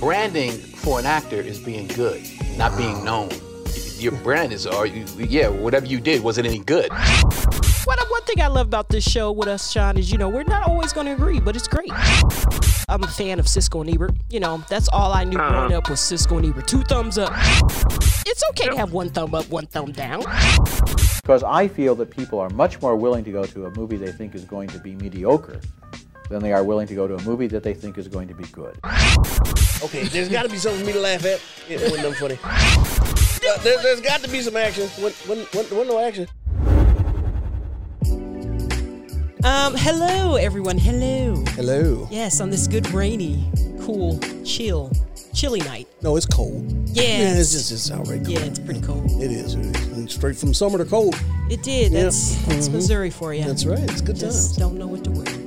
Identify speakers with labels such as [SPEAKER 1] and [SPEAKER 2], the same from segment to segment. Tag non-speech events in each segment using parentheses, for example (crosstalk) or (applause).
[SPEAKER 1] branding for an actor is being good, not being known. Your brand is, are you, yeah, whatever you did, was it any good?
[SPEAKER 2] What one thing I love about this show with us, Sean, is you know we're not always going to agree, but it's great. I'm a fan of Cisco and Ebert. You know that's all I knew growing
[SPEAKER 3] Uh-huh.
[SPEAKER 2] up was Cisco and Ebert. Two thumbs up. It's okay to have one thumb up, one thumb down.
[SPEAKER 4] Because I feel that people are much more willing to go to a movie they think is going to be mediocre than they are willing to go to a movie that they think is going to be good.
[SPEAKER 3] Okay, there's got to be something for me to laugh at. It wasn't nothing funny. Uh, there, there's got to be some action. When, when, when, when no action.
[SPEAKER 2] Um, hello everyone. Hello.
[SPEAKER 3] Hello.
[SPEAKER 2] Yes, on this good rainy, cool, chill, chilly night.
[SPEAKER 3] No, it's cold.
[SPEAKER 2] Yeah,
[SPEAKER 3] yeah it's just it's outright cold.
[SPEAKER 2] Yeah, it's pretty cold.
[SPEAKER 3] It is. It is. And straight from summer to cold.
[SPEAKER 2] It did. That's that's Missouri for you.
[SPEAKER 3] Mm-hmm. That's right. It's good
[SPEAKER 2] Just
[SPEAKER 3] times.
[SPEAKER 2] don't know what to wear.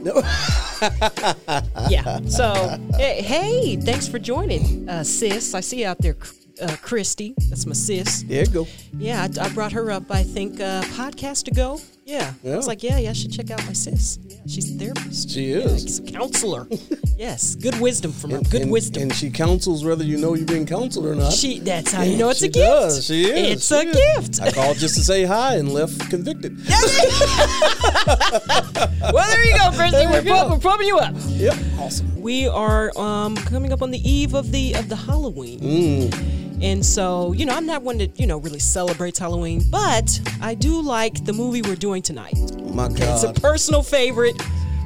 [SPEAKER 3] No. (laughs)
[SPEAKER 2] yeah. So, hey, hey, thanks for joining, uh, sis. I see you out there, uh, Christy. That's my sis.
[SPEAKER 3] There you go.
[SPEAKER 2] Yeah, I, I brought her up, I think, uh, podcast ago. Yeah. I was
[SPEAKER 3] Yeah.
[SPEAKER 2] like, yeah, yeah, I should check out my sis. Yeah, she's a therapist.
[SPEAKER 3] She
[SPEAKER 2] Yeah,
[SPEAKER 3] is.
[SPEAKER 2] she's a counselor. (laughs) yes. Good wisdom from her. Good
[SPEAKER 3] and,
[SPEAKER 2] wisdom.
[SPEAKER 3] And she counsels whether you know you're being counseled or not.
[SPEAKER 2] she, that's how you know it's
[SPEAKER 3] She
[SPEAKER 2] a gift.
[SPEAKER 3] does. She is.
[SPEAKER 2] It's
[SPEAKER 3] She
[SPEAKER 2] a
[SPEAKER 3] is.
[SPEAKER 2] gift.
[SPEAKER 3] I called just to say hi and left convicted.
[SPEAKER 2] (laughs) well, there you go, Christy. We're,
[SPEAKER 3] you go.
[SPEAKER 2] pu- we're pumping you up.
[SPEAKER 3] Yep. Awesome.
[SPEAKER 2] we are um, coming up on the eve of the of the Halloween.
[SPEAKER 3] Mm.
[SPEAKER 2] And so, you know, I'm not one that, you know, really celebrates Halloween, but I do like the movie we're doing tonight.
[SPEAKER 3] My
[SPEAKER 2] It's a
[SPEAKER 3] God.
[SPEAKER 2] personal favorite.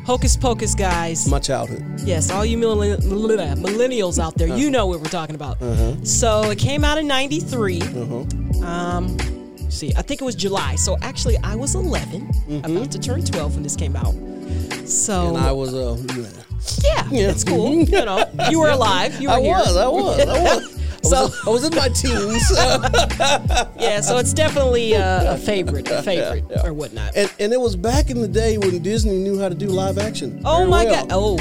[SPEAKER 2] Hocus Pocus, guys.
[SPEAKER 3] My childhood.
[SPEAKER 2] Yes, all you millen- millennials out there,
[SPEAKER 3] Uh-huh.
[SPEAKER 2] you know what we're talking about. So it came out in 93.
[SPEAKER 3] Uh-huh.
[SPEAKER 2] Um, let's see, I think it was July. So actually, I was 11, about to turn 12 when this came out. So
[SPEAKER 3] Mm-hmm. And I was uh, yeah.
[SPEAKER 2] yeah, that's cool.
[SPEAKER 3] (laughs)
[SPEAKER 2] You know, you were alive. You were
[SPEAKER 3] I
[SPEAKER 2] here.
[SPEAKER 3] was.
[SPEAKER 2] (laughs)
[SPEAKER 3] I was. I was. I
[SPEAKER 2] So-
[SPEAKER 3] was, I was in my teens,
[SPEAKER 2] (laughs) Yeah, so it's definitely a, a favorite,
[SPEAKER 3] (laughs)
[SPEAKER 2] a favorite or whatnot.
[SPEAKER 3] and and it was back in the day when Disney knew how to do live action.
[SPEAKER 2] oh
[SPEAKER 3] very
[SPEAKER 2] my
[SPEAKER 3] well.
[SPEAKER 2] god. Oh.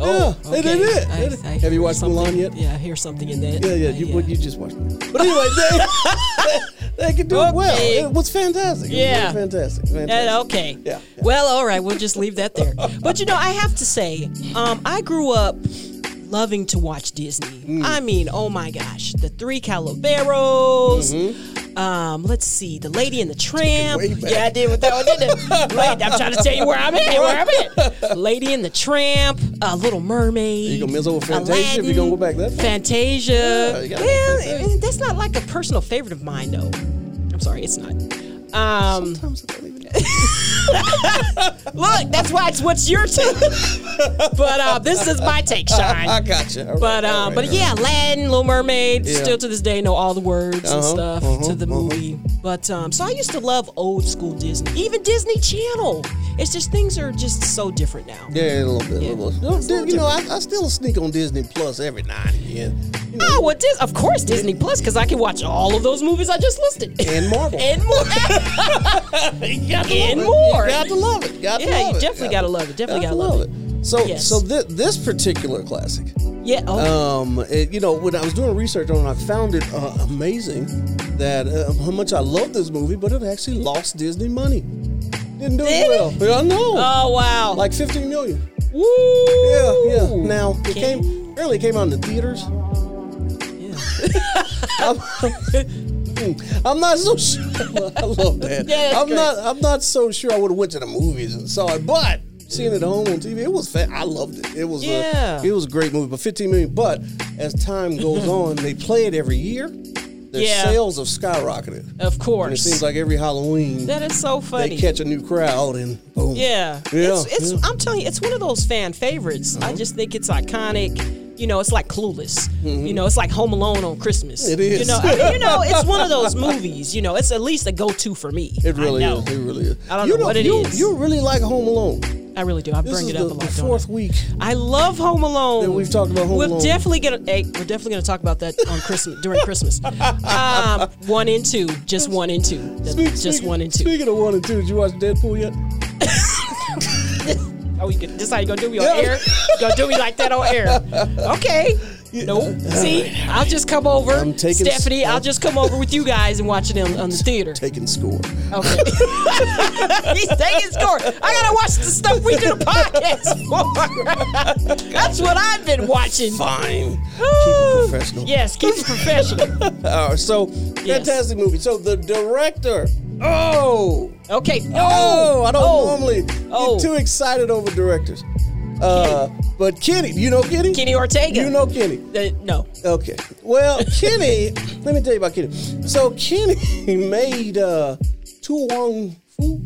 [SPEAKER 2] Oh.
[SPEAKER 3] Yeah, they
[SPEAKER 2] okay.
[SPEAKER 3] did it. They did. Have you
[SPEAKER 2] hear
[SPEAKER 3] watched Mulan
[SPEAKER 2] something-
[SPEAKER 3] yet?
[SPEAKER 2] Yeah, I hear something in that.
[SPEAKER 3] Yeah, yeah,
[SPEAKER 2] Uh,
[SPEAKER 3] you would you just watched it. But anyway,
[SPEAKER 2] (laughs)
[SPEAKER 3] they, they, they could do it well.
[SPEAKER 2] Okay.
[SPEAKER 3] It was fantastic. It was
[SPEAKER 2] Yeah.
[SPEAKER 3] really fantastic. Fantastic.
[SPEAKER 2] Yeah, okay.
[SPEAKER 3] uh, Yeah, yeah.
[SPEAKER 2] Well, all right. We'll just leave that there. But you know, I have to say, um, I grew up loving to watch Disney.
[SPEAKER 3] Mm.
[SPEAKER 2] I mean, oh my gosh, the Three Calaveros. Um, let's see, the Lady and the Tramp.
[SPEAKER 3] Mm-hmm. way back.
[SPEAKER 2] Yeah, I did with that one. Didn't I?
[SPEAKER 3] (laughs)
[SPEAKER 2] Wait, I'm trying to tell you where I'm at. Where I'm at. Lady and the Tramp. Uh, Little Mermaid.
[SPEAKER 3] You gonna miss over Fantasia if you gonna go back that far?
[SPEAKER 2] Fantasia.
[SPEAKER 3] you gotta go
[SPEAKER 2] well,
[SPEAKER 3] back that
[SPEAKER 2] eh, that's not like a personal favorite of mine, though. I'm sorry, it's not. Um,
[SPEAKER 3] Sometimes I don't
[SPEAKER 2] (laughs)
[SPEAKER 3] even know.
[SPEAKER 2] Look, that's why it's what's your take. (laughs) but uh, this is my take,
[SPEAKER 3] I
[SPEAKER 2] Sean.
[SPEAKER 3] gotcha. All
[SPEAKER 2] But
[SPEAKER 3] right, all
[SPEAKER 2] uh,
[SPEAKER 3] right,
[SPEAKER 2] but
[SPEAKER 3] all
[SPEAKER 2] yeah, Aladdin, Little Mermaid,
[SPEAKER 3] Yeah.
[SPEAKER 2] still to this day know all the words and
[SPEAKER 3] Uh-huh,
[SPEAKER 2] stuff
[SPEAKER 3] uh-huh,
[SPEAKER 2] to the
[SPEAKER 3] uh-huh.
[SPEAKER 2] movie. But um, so I used to love old school Disney, even Disney Channel. It's just things are just so different now.
[SPEAKER 3] Yeah, a little bit.
[SPEAKER 2] Yeah.
[SPEAKER 3] A little, no,
[SPEAKER 2] It's a little
[SPEAKER 3] you know, I, I still sneak on Disney Plus every now and again. You know,
[SPEAKER 2] Oh well, Dis- of course Disney Plus because I can watch all of those movies I just listed
[SPEAKER 3] And Marvel.
[SPEAKER 2] and
[SPEAKER 3] (laughs)
[SPEAKER 2] more
[SPEAKER 3] you got to
[SPEAKER 2] and
[SPEAKER 3] love it.
[SPEAKER 2] more.
[SPEAKER 3] You got to love it. Got to
[SPEAKER 2] Yeah,
[SPEAKER 3] love
[SPEAKER 2] you
[SPEAKER 3] it.
[SPEAKER 2] definitely gotta love it. Definitely
[SPEAKER 3] Gotta
[SPEAKER 2] gotta love
[SPEAKER 3] it. So,
[SPEAKER 2] Yes.
[SPEAKER 3] so thi- this particular classic,
[SPEAKER 2] Yeah. Oh,
[SPEAKER 3] um, it, you know, when I was doing research on, it, I found it uh, amazing that uh, how much I love this movie, but it actually lost Disney money. Didn't do
[SPEAKER 2] Did
[SPEAKER 3] as well. Yeah, I know.
[SPEAKER 2] oh wow.
[SPEAKER 3] like 15 million.
[SPEAKER 2] Woo.
[SPEAKER 3] Yeah, yeah. Now it
[SPEAKER 2] Okay.
[SPEAKER 3] came early. Came out in the theaters. I'm, (laughs) I'm (laughs) not so sure. (laughs) I love that.
[SPEAKER 2] Yeah, that's
[SPEAKER 3] I'm
[SPEAKER 2] great.
[SPEAKER 3] not. I'm not so sure. I would have went to the movies and saw it, but seeing it at home on TV, it was. Fan- I loved it. It was. a-
[SPEAKER 2] Yeah.
[SPEAKER 3] it was a great movie. But 15 million. But as
[SPEAKER 2] (laughs)
[SPEAKER 3] time goes on, they play it every year. Their
[SPEAKER 2] Yeah.
[SPEAKER 3] sales have skyrocketed.
[SPEAKER 2] Of course.
[SPEAKER 3] And it seems like every Halloween
[SPEAKER 2] That is so
[SPEAKER 3] they
[SPEAKER 2] funny.
[SPEAKER 3] catch a new crowd and boom.
[SPEAKER 2] yeah.
[SPEAKER 3] Yeah.
[SPEAKER 2] It's, it's
[SPEAKER 3] yeah. Uh-huh.
[SPEAKER 2] I'm telling you, it's one of those fan favorites. I just think it's iconic. You know, it's like Clueless. You know, it's like Home Alone on Christmas.
[SPEAKER 3] Mm-hmm. It is.
[SPEAKER 2] You know, I- you know, it's one of those movies. You know, it's at least a go-to for me.
[SPEAKER 3] It really
[SPEAKER 2] I know.
[SPEAKER 3] is. It really is.
[SPEAKER 2] I don't
[SPEAKER 3] you
[SPEAKER 2] know what it
[SPEAKER 3] you,
[SPEAKER 2] is.
[SPEAKER 3] You really like Home Alone.
[SPEAKER 2] I really do. I
[SPEAKER 3] This
[SPEAKER 2] bring
[SPEAKER 3] is
[SPEAKER 2] it
[SPEAKER 3] the,
[SPEAKER 2] up a lot.
[SPEAKER 3] the
[SPEAKER 2] don't I?
[SPEAKER 3] fourth week.
[SPEAKER 2] I love Home Alone.
[SPEAKER 3] That we've talked about Home
[SPEAKER 2] we're
[SPEAKER 3] Alone.
[SPEAKER 2] Definitely gonna, hey, we're definitely going to talk about that on Christmas during
[SPEAKER 3] (laughs)
[SPEAKER 2] Christmas. Um, one and two, just one and two,
[SPEAKER 3] Speak-
[SPEAKER 2] just
[SPEAKER 3] speaking-
[SPEAKER 2] one and two.
[SPEAKER 3] Speaking of one and two, did you watch Deadpool yet?
[SPEAKER 2] Oh, you could, this how you gonna do me on
[SPEAKER 3] Yeah.
[SPEAKER 2] air? You gonna do me like that on air? Okay. Nope. See, I'll just come over,
[SPEAKER 3] I'm taking-
[SPEAKER 2] Stephanie. I'll just come over with you guys and watch it on, on the theater.
[SPEAKER 3] Taking score.
[SPEAKER 2] Okay. (laughs) He's taking score. I gotta watch the stuff we do the podcast for. (laughs) That's what I've been watching.
[SPEAKER 3] Fine.
[SPEAKER 2] Ooh.
[SPEAKER 3] professional.
[SPEAKER 2] Yes, keep it professional.
[SPEAKER 3] Uh, so
[SPEAKER 2] Yes.
[SPEAKER 3] fantastic movie. So the director. Oh.
[SPEAKER 2] Okay.
[SPEAKER 3] Oh, I don't
[SPEAKER 2] oh.
[SPEAKER 3] normally
[SPEAKER 2] Oh.
[SPEAKER 3] get too excited over directors. Uh, but Kenny, you know Kenny?
[SPEAKER 2] Kenny Ortega.
[SPEAKER 3] You know Kenny.
[SPEAKER 2] Uh, no.
[SPEAKER 3] Okay.
[SPEAKER 2] (laughs)
[SPEAKER 3] Well, Kenny, let me tell you about Kenny. So Kenny (laughs) made uh Tu Wong Fu.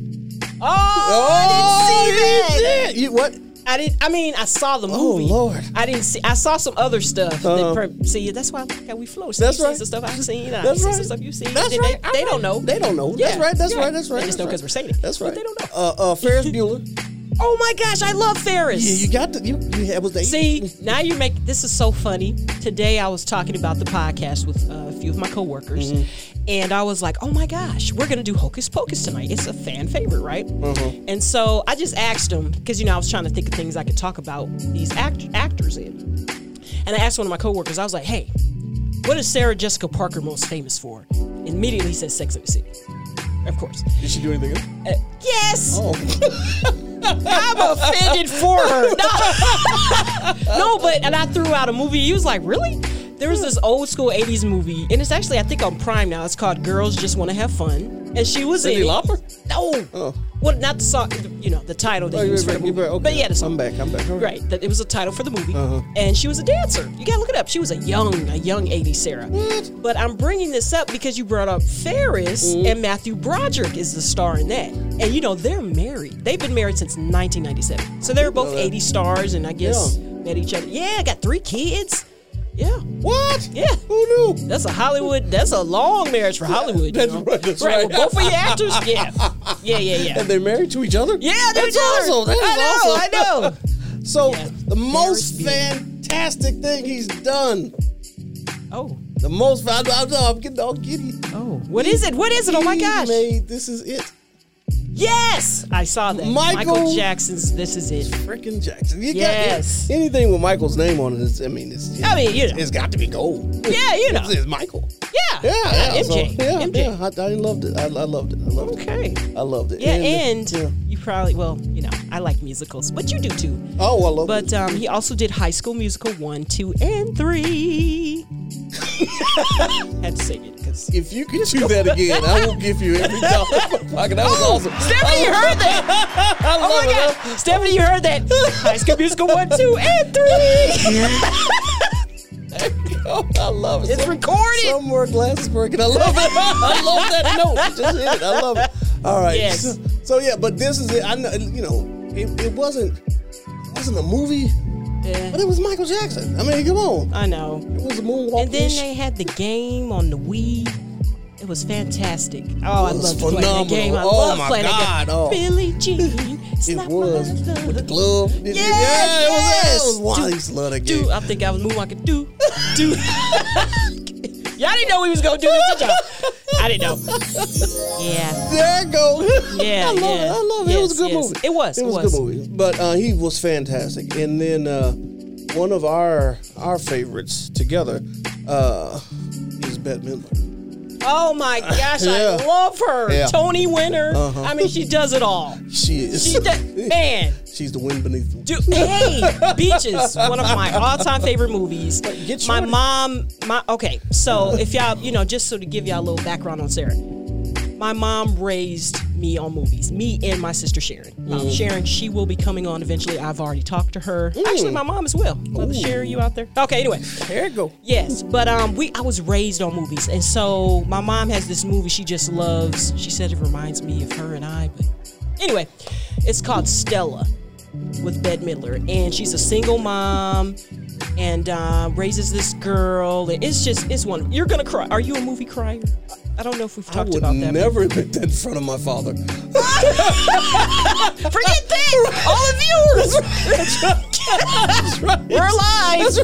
[SPEAKER 2] Oh, I didn't see that.
[SPEAKER 3] Oh, You what?
[SPEAKER 2] I didn't. I mean, I saw the
[SPEAKER 3] Oh,
[SPEAKER 2] movie.
[SPEAKER 3] Lord.
[SPEAKER 2] I didn't see. I saw some other stuff. that
[SPEAKER 3] Uh-huh.
[SPEAKER 2] per- see, that's why I like how we flow. See,
[SPEAKER 3] That's
[SPEAKER 2] you see
[SPEAKER 3] right.
[SPEAKER 2] some stuff I've seen. I
[SPEAKER 3] That's
[SPEAKER 2] see
[SPEAKER 3] right.
[SPEAKER 2] some stuff you see.
[SPEAKER 3] That's
[SPEAKER 2] They-
[SPEAKER 3] right.
[SPEAKER 2] They,
[SPEAKER 3] I'm
[SPEAKER 2] they
[SPEAKER 3] right.
[SPEAKER 2] don't know.
[SPEAKER 3] They don't know. That's
[SPEAKER 2] Yeah,
[SPEAKER 3] right. That's
[SPEAKER 2] yeah.
[SPEAKER 3] right. That's right.
[SPEAKER 2] They just
[SPEAKER 3] that's
[SPEAKER 2] know 'cause
[SPEAKER 3] right.
[SPEAKER 2] we're saying it.
[SPEAKER 3] That's
[SPEAKER 2] But
[SPEAKER 3] right.
[SPEAKER 2] they don't know.
[SPEAKER 3] Uh, uh, Ferris Bueller.
[SPEAKER 2] Oh my gosh, I love Ferris.
[SPEAKER 3] Yeah, you got the you. you had- was the
[SPEAKER 2] See, now you make this is so funny. Today I was talking about the podcast with uh, a few of my coworkers, and I was like, "Oh my gosh, we're gonna do Hocus Pocus tonight. It's a fan favorite, right?" And so I just asked them because you know I was trying to think of things I could talk about these act- actors in, and I asked one of my coworkers. I was like, "Hey, what is Sarah Jessica Parker most famous for?" Immediately he says Sex and the City, of course. Uh,
[SPEAKER 3] Did she do anything? Else?
[SPEAKER 2] Yes.
[SPEAKER 3] Oh,
[SPEAKER 2] I'm (laughs) offended for her. (laughs) No. no, but and I threw out a movie. He was like, really? There was this old school '80s movie, and it's actually I think on Prime now. It's called Girls Just Want to Have Fun, and she was in
[SPEAKER 3] Cindy
[SPEAKER 2] it.
[SPEAKER 3] Lauper?
[SPEAKER 2] No,
[SPEAKER 3] Oh.
[SPEAKER 2] well, not the song. You know, the title
[SPEAKER 3] Oh,
[SPEAKER 2] they
[SPEAKER 3] you
[SPEAKER 2] used for
[SPEAKER 3] right,
[SPEAKER 2] the
[SPEAKER 3] you
[SPEAKER 2] movie.
[SPEAKER 3] right, okay.
[SPEAKER 2] But yeah, the song.
[SPEAKER 3] I'm back. I'm back. all
[SPEAKER 2] Right, that it was a title for the movie,
[SPEAKER 3] Uh-huh.
[SPEAKER 2] and she was a dancer. You gotta look it up. She was a young, a young '80s Sarah. But I'm bringing this up because you brought up Ferris
[SPEAKER 3] Mm-hmm.
[SPEAKER 2] and Matthew Broderick is the star in that, and you know they're married. They've been married since 1997, so they're both '80s stars, and I guess
[SPEAKER 3] Yeah.
[SPEAKER 2] met each other. Yeah, got three kids. Yeah,
[SPEAKER 3] What?
[SPEAKER 2] yeah.
[SPEAKER 3] Who knew?
[SPEAKER 2] That's a Hollywood. That's a long marriage for Hollywood. you
[SPEAKER 3] that's
[SPEAKER 2] know?
[SPEAKER 3] right, that's right.
[SPEAKER 2] well, both of your actors. Yeah, yeah, yeah, yeah.
[SPEAKER 3] And they're married to each other?
[SPEAKER 2] Yeah, they're each
[SPEAKER 3] that's
[SPEAKER 2] other.
[SPEAKER 3] awesome. That is
[SPEAKER 2] I know,
[SPEAKER 3] awesome.
[SPEAKER 2] I know.
[SPEAKER 3] (laughs) So
[SPEAKER 2] Yeah.
[SPEAKER 3] the most
[SPEAKER 2] Ferris Bueller.
[SPEAKER 3] fantastic thing he's done. (laughs)
[SPEAKER 2] Oh,
[SPEAKER 3] The most. I, I, know, I'm getting all giddy.
[SPEAKER 2] oh. What is it? What is it? Oh my
[SPEAKER 3] He
[SPEAKER 2] gosh.
[SPEAKER 3] Made, this is it.
[SPEAKER 2] Yes, I saw that.
[SPEAKER 3] Michael-
[SPEAKER 2] Jackson's "This Is It."
[SPEAKER 3] Frickin' Jackson. You got-
[SPEAKER 2] Yes.
[SPEAKER 3] anything with Michael's name on it is. I mean, it's.
[SPEAKER 2] I mean, you know.
[SPEAKER 3] it's got to be gold.
[SPEAKER 2] Yeah, you know.
[SPEAKER 3] It's, it's Michael.
[SPEAKER 2] Yeah, Uh,
[SPEAKER 3] Yeah, yeah, so-
[SPEAKER 2] MJ,
[SPEAKER 3] yeah,
[SPEAKER 2] MJ.
[SPEAKER 3] yeah. I, I loved it. I, I loved it. I loved
[SPEAKER 2] Okay.
[SPEAKER 3] it. I loved it.
[SPEAKER 2] Yeah, and,
[SPEAKER 3] uh, yeah.
[SPEAKER 2] you probably well, you know, I like musicals, but you do too.
[SPEAKER 3] oh, I love it.
[SPEAKER 2] But um, he also did High School Musical one, two, and three. (laughs) Had to sing it because.
[SPEAKER 3] If you could do that again, I will give you every dollar in my pocket. That was awesome.
[SPEAKER 2] Oh, Stephanie, you heard that!
[SPEAKER 3] Oh, (laughs) I
[SPEAKER 2] Oh
[SPEAKER 3] love
[SPEAKER 2] my
[SPEAKER 3] it.
[SPEAKER 2] God, Stephanie, you heard
[SPEAKER 3] (laughs)
[SPEAKER 2] that! High School Musical one, two, and three.
[SPEAKER 3] Oh, I love
[SPEAKER 2] (laughs)
[SPEAKER 3] it. (laughs)
[SPEAKER 2] It's
[SPEAKER 3] Some-
[SPEAKER 2] recorded.
[SPEAKER 3] Some more glasses working. I love it. (laughs) I love that note. Just hit it. I love it. All right.
[SPEAKER 2] Yes.
[SPEAKER 3] So, so, yeah, but this is it. I know. You know, it, it wasn't. It wasn't a movie, but
[SPEAKER 2] Yeah,
[SPEAKER 3] it was Michael Jackson. I mean, come on.
[SPEAKER 2] I know.
[SPEAKER 3] It was a moonwalk.
[SPEAKER 2] And then they had the game on the Wii. It was fantastic. Oh, I
[SPEAKER 3] It was
[SPEAKER 2] love to play that
[SPEAKER 3] phenomenal.
[SPEAKER 2] game. I
[SPEAKER 3] Oh,
[SPEAKER 2] love
[SPEAKER 3] my
[SPEAKER 2] playing that
[SPEAKER 3] God. Oh.
[SPEAKER 2] game. Billie Jean, it's
[SPEAKER 3] (laughs) It
[SPEAKER 2] not
[SPEAKER 3] was
[SPEAKER 2] my love.
[SPEAKER 3] with the glove. It-
[SPEAKER 2] Yes,
[SPEAKER 3] yeah, it was. It was wild. I
[SPEAKER 2] yes.
[SPEAKER 3] used to love that game.
[SPEAKER 2] Do I think I was moonwalking? Do
[SPEAKER 3] (laughs)
[SPEAKER 2] do. y'all didn't know we was gonna do this, did y'all? I didn't know. Yeah,
[SPEAKER 3] There you go. (laughs)
[SPEAKER 2] Yeah,
[SPEAKER 3] I love it.
[SPEAKER 2] yeah.
[SPEAKER 3] I love it. it was a
[SPEAKER 2] Yes,
[SPEAKER 3] good
[SPEAKER 2] yes.
[SPEAKER 3] movie.
[SPEAKER 2] It was,
[SPEAKER 3] It
[SPEAKER 2] it
[SPEAKER 3] was,
[SPEAKER 2] was.
[SPEAKER 3] a good movie. But uh, he was fantastic. And then uh, one of our our favorites together uh, is Bette Midler.
[SPEAKER 2] Oh my gosh,
[SPEAKER 3] Yeah.
[SPEAKER 2] I love her.
[SPEAKER 3] Yeah. Uh-huh.
[SPEAKER 2] Tony Winner. I mean, she does it all.
[SPEAKER 3] She is.
[SPEAKER 2] She does, man.
[SPEAKER 3] She's the wind beneath the.
[SPEAKER 2] Dude, hey, Beaches, one of my all-time favorite movies.
[SPEAKER 3] get
[SPEAKER 2] my
[SPEAKER 3] shorty.
[SPEAKER 2] mom, my okay. So if y'all, you know, just so to give y'all a little background on Sarah, my mom raised me on movies. Me and my sister Sharon. Um,
[SPEAKER 3] Mm.
[SPEAKER 2] Sharon, she will be coming on eventually. I've already talked to her.
[SPEAKER 3] Mm.
[SPEAKER 2] Actually, my mom as well. Mother Sharon, you out there? Okay. Anyway,
[SPEAKER 3] There you go.
[SPEAKER 2] Yes, but um, we I was raised on movies, and so my mom has this movie she just loves. She said it reminds me of her and I. But anyway, it's called Stella with Bette Midler, and she's a single mom and uh, raises this girl. And it's just it's one you're gonna cry. Are you a movie crier? I don't know if we've
[SPEAKER 3] I
[SPEAKER 2] talked
[SPEAKER 3] would
[SPEAKER 2] about that. (laughs)
[SPEAKER 3] never admit that in front of my father.
[SPEAKER 2] Forget that, all the viewers.
[SPEAKER 3] That's right.
[SPEAKER 2] We're alive. Oh.
[SPEAKER 3] That's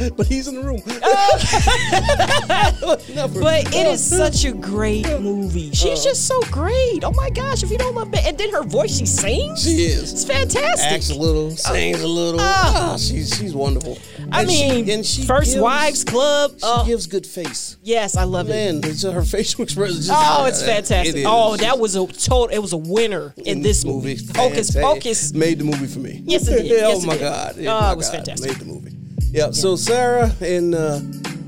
[SPEAKER 3] right. But he's in the room. (laughs) Never.
[SPEAKER 2] But it
[SPEAKER 3] (laughs)
[SPEAKER 2] is such a great movie. She's just so great. Oh my gosh, if you don't love it. And then her voice, she sings?
[SPEAKER 3] She
[SPEAKER 2] It's
[SPEAKER 3] is.
[SPEAKER 2] fantastic.
[SPEAKER 3] Acts a little, sings a little.
[SPEAKER 2] Ah.
[SPEAKER 3] Ah, she's she's wonderful.
[SPEAKER 2] Oh. I
[SPEAKER 3] And she-
[SPEAKER 2] mean,
[SPEAKER 3] and she
[SPEAKER 2] First
[SPEAKER 3] gives-
[SPEAKER 2] Wives Club.
[SPEAKER 3] She
[SPEAKER 2] Oh,
[SPEAKER 3] gives good face.
[SPEAKER 2] yes, I love it.
[SPEAKER 3] Man, it's- her (laughs) facial expression. is Just,
[SPEAKER 2] Oh, it's fantastic.
[SPEAKER 3] It is.
[SPEAKER 2] oh, that was a total, it was a winner in this movie.
[SPEAKER 3] Movie's
[SPEAKER 2] Hocus
[SPEAKER 3] fantastic.
[SPEAKER 2] Pocus.
[SPEAKER 3] made the movie for me.
[SPEAKER 2] Yes,
[SPEAKER 3] (laughs)
[SPEAKER 2] it did.
[SPEAKER 3] oh
[SPEAKER 2] Yes, it
[SPEAKER 3] my
[SPEAKER 2] did.
[SPEAKER 3] god!
[SPEAKER 2] Oh,
[SPEAKER 3] my
[SPEAKER 2] it was
[SPEAKER 3] God.
[SPEAKER 2] fantastic.
[SPEAKER 3] Made the movie. Yeah. So Sarah and uh,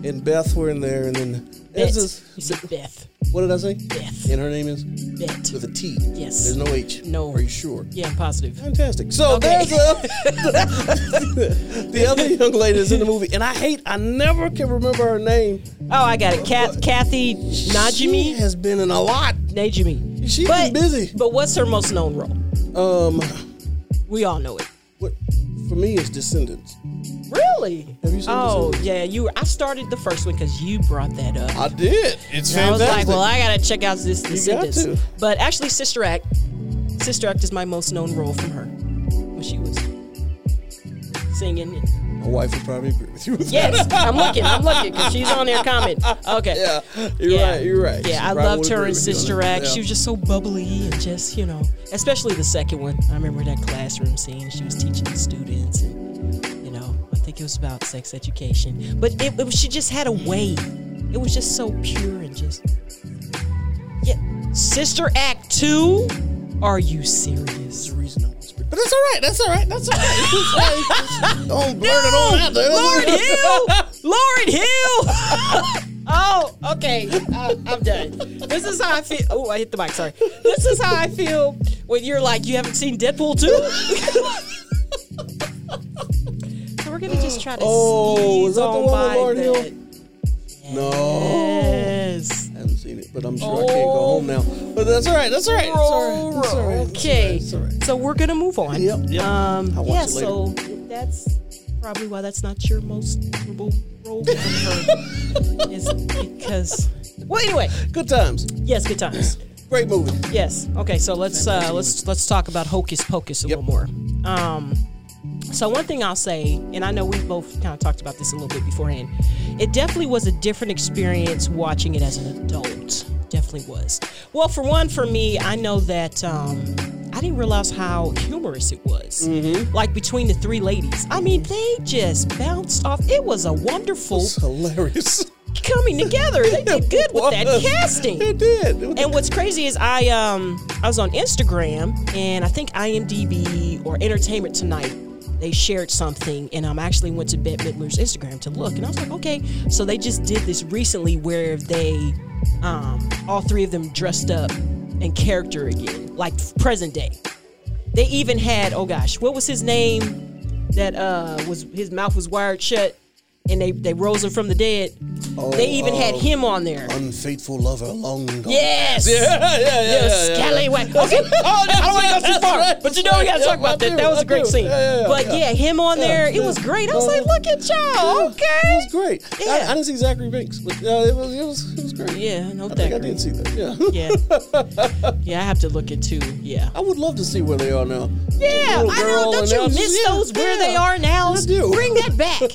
[SPEAKER 3] and Beth were in there, and then
[SPEAKER 2] Bet.
[SPEAKER 3] there's this-
[SPEAKER 2] You said Beth.
[SPEAKER 3] what did I say?
[SPEAKER 2] Beth.
[SPEAKER 3] And her name is
[SPEAKER 2] Bet.
[SPEAKER 3] with a T.
[SPEAKER 2] Yes.
[SPEAKER 3] There's no H.
[SPEAKER 2] No.
[SPEAKER 3] Are you sure?
[SPEAKER 2] Yeah, I'm positive.
[SPEAKER 3] Fantastic. So
[SPEAKER 2] Okay. (laughs)
[SPEAKER 3] there's a, (laughs) the other young lady is in the movie, and I hate. I never can remember her name.
[SPEAKER 2] Oh, I got it. Kath, Kathy
[SPEAKER 3] She
[SPEAKER 2] Najimy.
[SPEAKER 3] has been in a lot.
[SPEAKER 2] Najimy.
[SPEAKER 3] She's
[SPEAKER 2] But
[SPEAKER 3] been busy.
[SPEAKER 2] But what's her most known role?
[SPEAKER 3] Um,
[SPEAKER 2] We all know it.
[SPEAKER 3] what, for me, it's Descendants.
[SPEAKER 2] Really?
[SPEAKER 3] Have you seen
[SPEAKER 2] oh,
[SPEAKER 3] this
[SPEAKER 2] yeah. You. I started the first one because you brought that up.
[SPEAKER 3] I did. It's
[SPEAKER 2] I was like,
[SPEAKER 3] fantastic.
[SPEAKER 2] well, I gotta check out this Descendants.
[SPEAKER 3] to.
[SPEAKER 2] But actually, Sister Act, Sister Act is my most known role from her when she was singing.
[SPEAKER 3] My wife would probably agree with you. With
[SPEAKER 2] Yes,
[SPEAKER 3] that.
[SPEAKER 2] I'm looking. I'm looking because she's on there comment. Okay.
[SPEAKER 3] (laughs) yeah, you're
[SPEAKER 2] Yeah.
[SPEAKER 3] right. You're right.
[SPEAKER 2] Yeah,
[SPEAKER 3] She
[SPEAKER 2] I
[SPEAKER 3] probably
[SPEAKER 2] loved
[SPEAKER 3] would
[SPEAKER 2] her
[SPEAKER 3] agree
[SPEAKER 2] in
[SPEAKER 3] with you on
[SPEAKER 2] Sister
[SPEAKER 3] that.
[SPEAKER 2] Act.
[SPEAKER 3] Yeah.
[SPEAKER 2] She was just so bubbly and just, you know, especially the second one. I remember that classroom scene. She was teaching the students, and you know, I think it was about sex education. But it, it was, she just had a way. It was just so pure and just. Yeah, Sister Act two. Are you serious?
[SPEAKER 3] The reason I whispered. But that's all right. That's all right. That's all right.
[SPEAKER 2] (laughs)
[SPEAKER 3] It's all right. Don't blurt it all out there.
[SPEAKER 2] Lauren Hill! Lauren Hill! (laughs) oh, okay. I, I'm done. This is how I feel. Oh, I hit the mic. Sorry. This is how I feel when you're like, you haven't seen Deadpool 2? (laughs) so we're going to just try to
[SPEAKER 3] Oh,
[SPEAKER 2] sneeze
[SPEAKER 3] is that the
[SPEAKER 2] on
[SPEAKER 3] one with
[SPEAKER 2] by
[SPEAKER 3] Lauryn Hill?
[SPEAKER 2] that.
[SPEAKER 3] No,
[SPEAKER 2] Yes.
[SPEAKER 3] I haven't seen it, but I'm sure I can't
[SPEAKER 2] Oh.
[SPEAKER 3] go home now. But that's all right. That's all right. It's all right. It's all right. It's all
[SPEAKER 2] Okay.
[SPEAKER 3] right. It's all right.
[SPEAKER 2] So we're going to move on.
[SPEAKER 3] Yep. Yep.
[SPEAKER 2] Um,
[SPEAKER 3] I'll watch
[SPEAKER 2] yeah,
[SPEAKER 3] it later.
[SPEAKER 2] so that's probably why that's not your most memorable role from
[SPEAKER 3] (laughs)
[SPEAKER 2] her. is because. Well, anyway.
[SPEAKER 3] Good times.
[SPEAKER 2] Yes, good times.
[SPEAKER 3] Great movie.
[SPEAKER 2] Yes. Okay, so let's uh, let's let's talk about Hocus Pocus a
[SPEAKER 3] Yep.
[SPEAKER 2] little more. Um, so one thing I'll say, and I know we both kind of talked about this a little bit beforehand, it definitely was a different experience watching it as an adult. Definitely was. Well, for one, for me, I know that um, I didn't realize how humorous it was.
[SPEAKER 3] Mm-hmm.
[SPEAKER 2] Like between the three ladies, I mean, they just bounced off. It was a wonderful
[SPEAKER 3] It's hilarious.
[SPEAKER 2] coming together. They did good with that
[SPEAKER 3] was.
[SPEAKER 2] casting.
[SPEAKER 3] (laughs) It did. It was-
[SPEAKER 2] And what's crazy is I um I was on Instagram and I think IMDb or Entertainment Tonight they shared something and um, I actually went to Bette Midler's Instagram to look and I was like okay so they just did this recently where they um all three of them dressed up in character again like present day they even had oh gosh what was his name that uh was his mouth was wired shut and they they rose him from the dead they even had him on there
[SPEAKER 3] Oh, Unfaithful lover, long gone.
[SPEAKER 2] yes
[SPEAKER 3] yeah, yeah,
[SPEAKER 2] yeah,
[SPEAKER 3] yeah, yeah.
[SPEAKER 2] scallywag. Okay. (laughs) Oh, no, I don't want to go too
[SPEAKER 3] That's
[SPEAKER 2] far.
[SPEAKER 3] right,
[SPEAKER 2] But you
[SPEAKER 3] that's
[SPEAKER 2] know we
[SPEAKER 3] right.
[SPEAKER 2] got to
[SPEAKER 3] Yeah,
[SPEAKER 2] talk
[SPEAKER 3] I
[SPEAKER 2] about
[SPEAKER 3] do,
[SPEAKER 2] that. That was
[SPEAKER 3] I
[SPEAKER 2] a great
[SPEAKER 3] do.
[SPEAKER 2] scene.
[SPEAKER 3] Yeah, yeah, yeah,
[SPEAKER 2] but yeah, him on there, it
[SPEAKER 3] yeah.
[SPEAKER 2] was great. I was like,
[SPEAKER 3] Uh-huh.
[SPEAKER 2] look at y'all.
[SPEAKER 3] It
[SPEAKER 2] Okay.
[SPEAKER 3] was great. I-
[SPEAKER 2] Yeah.
[SPEAKER 3] I, didn't see Zachary Binks, but uh, it was it was it was great.
[SPEAKER 2] Yeah, no
[SPEAKER 3] I think I
[SPEAKER 2] thank
[SPEAKER 3] did
[SPEAKER 2] you.
[SPEAKER 3] see that. Yeah. (laughs)
[SPEAKER 2] Yeah. Yeah, I have to look at two. Yeah.
[SPEAKER 3] I would love to see where they are now.
[SPEAKER 2] Oh, Yeah,
[SPEAKER 3] Little
[SPEAKER 2] I know.
[SPEAKER 3] girl
[SPEAKER 2] Don't
[SPEAKER 3] and
[SPEAKER 2] you
[SPEAKER 3] now-
[SPEAKER 2] miss
[SPEAKER 3] yeah,
[SPEAKER 2] those where
[SPEAKER 3] yeah.
[SPEAKER 2] they are now?
[SPEAKER 3] I do.
[SPEAKER 2] Bring that back.
[SPEAKER 3] (laughs)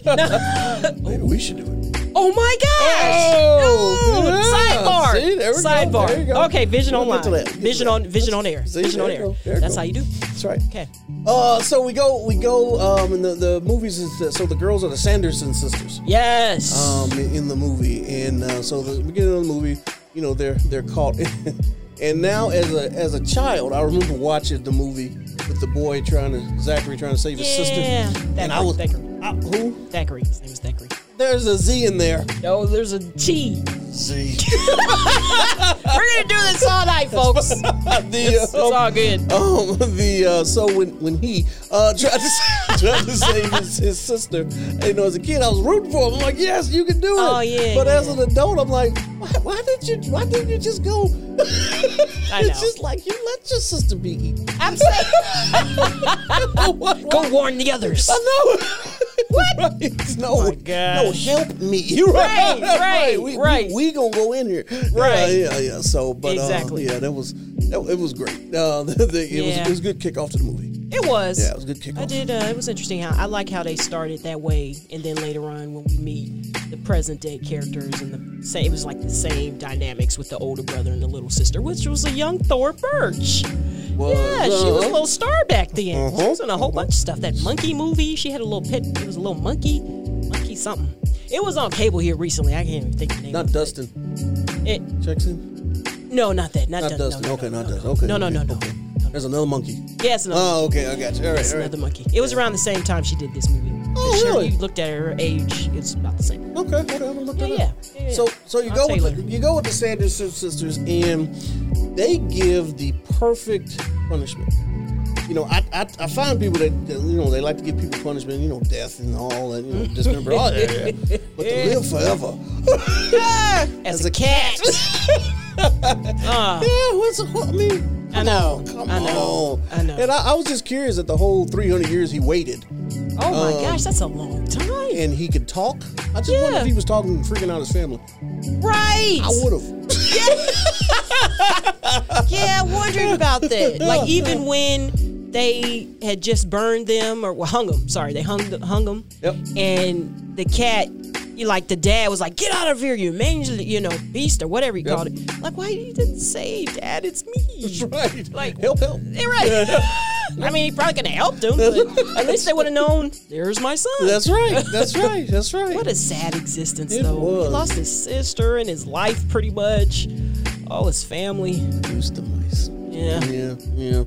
[SPEAKER 2] (laughs) No.
[SPEAKER 3] Maybe we should do it.
[SPEAKER 2] Oh my gosh!
[SPEAKER 3] Oh,
[SPEAKER 2] Dude,
[SPEAKER 3] yeah.
[SPEAKER 2] Sidebar.
[SPEAKER 3] See, there we go,
[SPEAKER 2] Sidebar.
[SPEAKER 3] there you go.
[SPEAKER 2] Okay, vision
[SPEAKER 3] We'll
[SPEAKER 2] online.
[SPEAKER 3] get to that, get to
[SPEAKER 2] Vision
[SPEAKER 3] that.
[SPEAKER 2] on. Vision on air.
[SPEAKER 3] See,
[SPEAKER 2] vision on
[SPEAKER 3] there you
[SPEAKER 2] air.
[SPEAKER 3] go, there you
[SPEAKER 2] That's
[SPEAKER 3] go.
[SPEAKER 2] how you do.
[SPEAKER 3] That's right.
[SPEAKER 2] Okay.
[SPEAKER 3] Uh, so we go, we go, um, and the, the movies is the, so the girls are the Sanderson sisters,
[SPEAKER 2] Yes.
[SPEAKER 3] um, in the movie, and uh, so the beginning of the movie, you know, they're they're caught, (laughs) and now as a as a child, I remember watching the movie with the boy trying to Zachary trying to save his sister,
[SPEAKER 2] Yeah.
[SPEAKER 3] and I
[SPEAKER 2] Thackeray,
[SPEAKER 3] was
[SPEAKER 2] Thackeray.
[SPEAKER 3] I, who?
[SPEAKER 2] Thackeray. His name is Thackeray.
[SPEAKER 3] There's a Z in there.
[SPEAKER 2] No, there's a T.
[SPEAKER 3] Z. (laughs)
[SPEAKER 2] We're gonna do this all (laughs) night, folks. It's,
[SPEAKER 3] the,
[SPEAKER 2] it's
[SPEAKER 3] um,
[SPEAKER 2] all good.
[SPEAKER 3] Um, (laughs) the uh, so when when he uh, (laughs) tried to tried to save his, his sister, you know, as a kid, I was rooting for him. I'm like, yes, you can do it.
[SPEAKER 2] Oh, yeah,
[SPEAKER 3] But as
[SPEAKER 2] yeah.
[SPEAKER 3] an adult, I'm like, why, why did you? Why didn't you just go? (laughs)
[SPEAKER 2] I know.
[SPEAKER 3] It's just like you let your sister be eaten.
[SPEAKER 2] I'm saying, go warn the others.
[SPEAKER 3] I know. (laughs) What? No,
[SPEAKER 2] my gosh.
[SPEAKER 3] no, help me. (laughs) You're right,
[SPEAKER 2] Right, right,
[SPEAKER 3] We,
[SPEAKER 2] right.
[SPEAKER 3] We, we gonna go in here.
[SPEAKER 2] Right.
[SPEAKER 3] Yeah, yeah, yeah. So, but uh,
[SPEAKER 2] Exactly.
[SPEAKER 3] yeah, that was that, it was great. Uh, (laughs) the, the, it was
[SPEAKER 2] Yeah.
[SPEAKER 3] it was a good kickoff to the movie.
[SPEAKER 2] It was.
[SPEAKER 3] Yeah, it was a good kickoff.
[SPEAKER 2] I did. Uh, it was interesting. How, I like how they started that way, and then later on, when we meet the present day characters, and the same, it was like the same dynamics with the older brother and the little sister, which was a young Thor Birch. yeah,
[SPEAKER 3] Uh,
[SPEAKER 2] she
[SPEAKER 3] Uh-huh.
[SPEAKER 2] was a little star back then. She was in a whole bunch of stuff. That monkey movie. She had a little pet. It was a little monkey, monkey something. It was on cable here recently. I can't even think of the name.
[SPEAKER 3] Not
[SPEAKER 2] of it.
[SPEAKER 3] Dustin.
[SPEAKER 2] It,
[SPEAKER 3] Jackson?
[SPEAKER 2] no, not that. Not,
[SPEAKER 3] Not
[SPEAKER 2] Dustin.
[SPEAKER 3] Dustin.
[SPEAKER 2] No, no,
[SPEAKER 3] okay,
[SPEAKER 2] no,
[SPEAKER 3] not
[SPEAKER 2] no,
[SPEAKER 3] Dustin. Okay.
[SPEAKER 2] No, no,
[SPEAKER 3] okay,
[SPEAKER 2] no, no.
[SPEAKER 3] okay. There's another monkey.
[SPEAKER 2] Yes, another
[SPEAKER 3] Oh, okay, I got you. All right,
[SPEAKER 2] It's
[SPEAKER 3] all right.
[SPEAKER 2] another monkey. It was around the same time she did this movie.
[SPEAKER 3] Oh,
[SPEAKER 2] Sure,
[SPEAKER 3] really?
[SPEAKER 2] You looked at her age; it's about the same.
[SPEAKER 3] Okay, okay, I'm gonna look
[SPEAKER 2] Yeah,
[SPEAKER 3] that
[SPEAKER 2] yeah,
[SPEAKER 3] up.
[SPEAKER 2] yeah, yeah.
[SPEAKER 3] So, so you
[SPEAKER 2] I'll
[SPEAKER 3] go
[SPEAKER 2] tell you
[SPEAKER 3] with the,
[SPEAKER 2] later.
[SPEAKER 3] you go with the Sanderson sisters, and they give the perfect punishment. You know, I I, I find people that, that, you know they like to give people punishment, you know, death and all, and you know, dismember all
[SPEAKER 2] (laughs)
[SPEAKER 3] that, yeah, yeah. but to live forever.
[SPEAKER 2] As, a, cat.
[SPEAKER 3] (laughs) Yeah, what's what, I mean?
[SPEAKER 2] Ah. I know.
[SPEAKER 3] Come
[SPEAKER 2] I know.
[SPEAKER 3] on.
[SPEAKER 2] I know.
[SPEAKER 3] And I, I was just curious at the whole 300 years he waited,
[SPEAKER 2] (laughs) oh my gosh, that's a long time.
[SPEAKER 3] Um, and he could talk. I just wonder
[SPEAKER 2] Yeah.
[SPEAKER 3] if he was talking, and freaking out his family.
[SPEAKER 2] right.
[SPEAKER 3] I would have. (laughs)
[SPEAKER 2] yeah, I wondered about
[SPEAKER 3] (laughs)
[SPEAKER 2] that. Like even when they had just burned them or well, hung them. Sorry, they hung the- hung them.
[SPEAKER 3] Yep.
[SPEAKER 2] And the cat, you like the dad was like, "Get out of here, you mangy, you know, beast or whatever he
[SPEAKER 3] Yep.
[SPEAKER 2] called it." Like, why you didn't say, "Dad, it's me." That's
[SPEAKER 3] (laughs) Right.
[SPEAKER 2] Like-
[SPEAKER 3] help, help.
[SPEAKER 2] Yeah, right. I mean, he probably could have helped him, but at least they would have known. There's my son.
[SPEAKER 3] (laughs) That's right. That's
[SPEAKER 2] (laughs)
[SPEAKER 3] right. That's right.
[SPEAKER 2] What a sad existence,
[SPEAKER 3] It
[SPEAKER 2] though.
[SPEAKER 3] was.
[SPEAKER 2] He lost his sister and his life, pretty much. All his family.
[SPEAKER 3] Use the mice.
[SPEAKER 2] Yeah.
[SPEAKER 3] Yeah, yeah.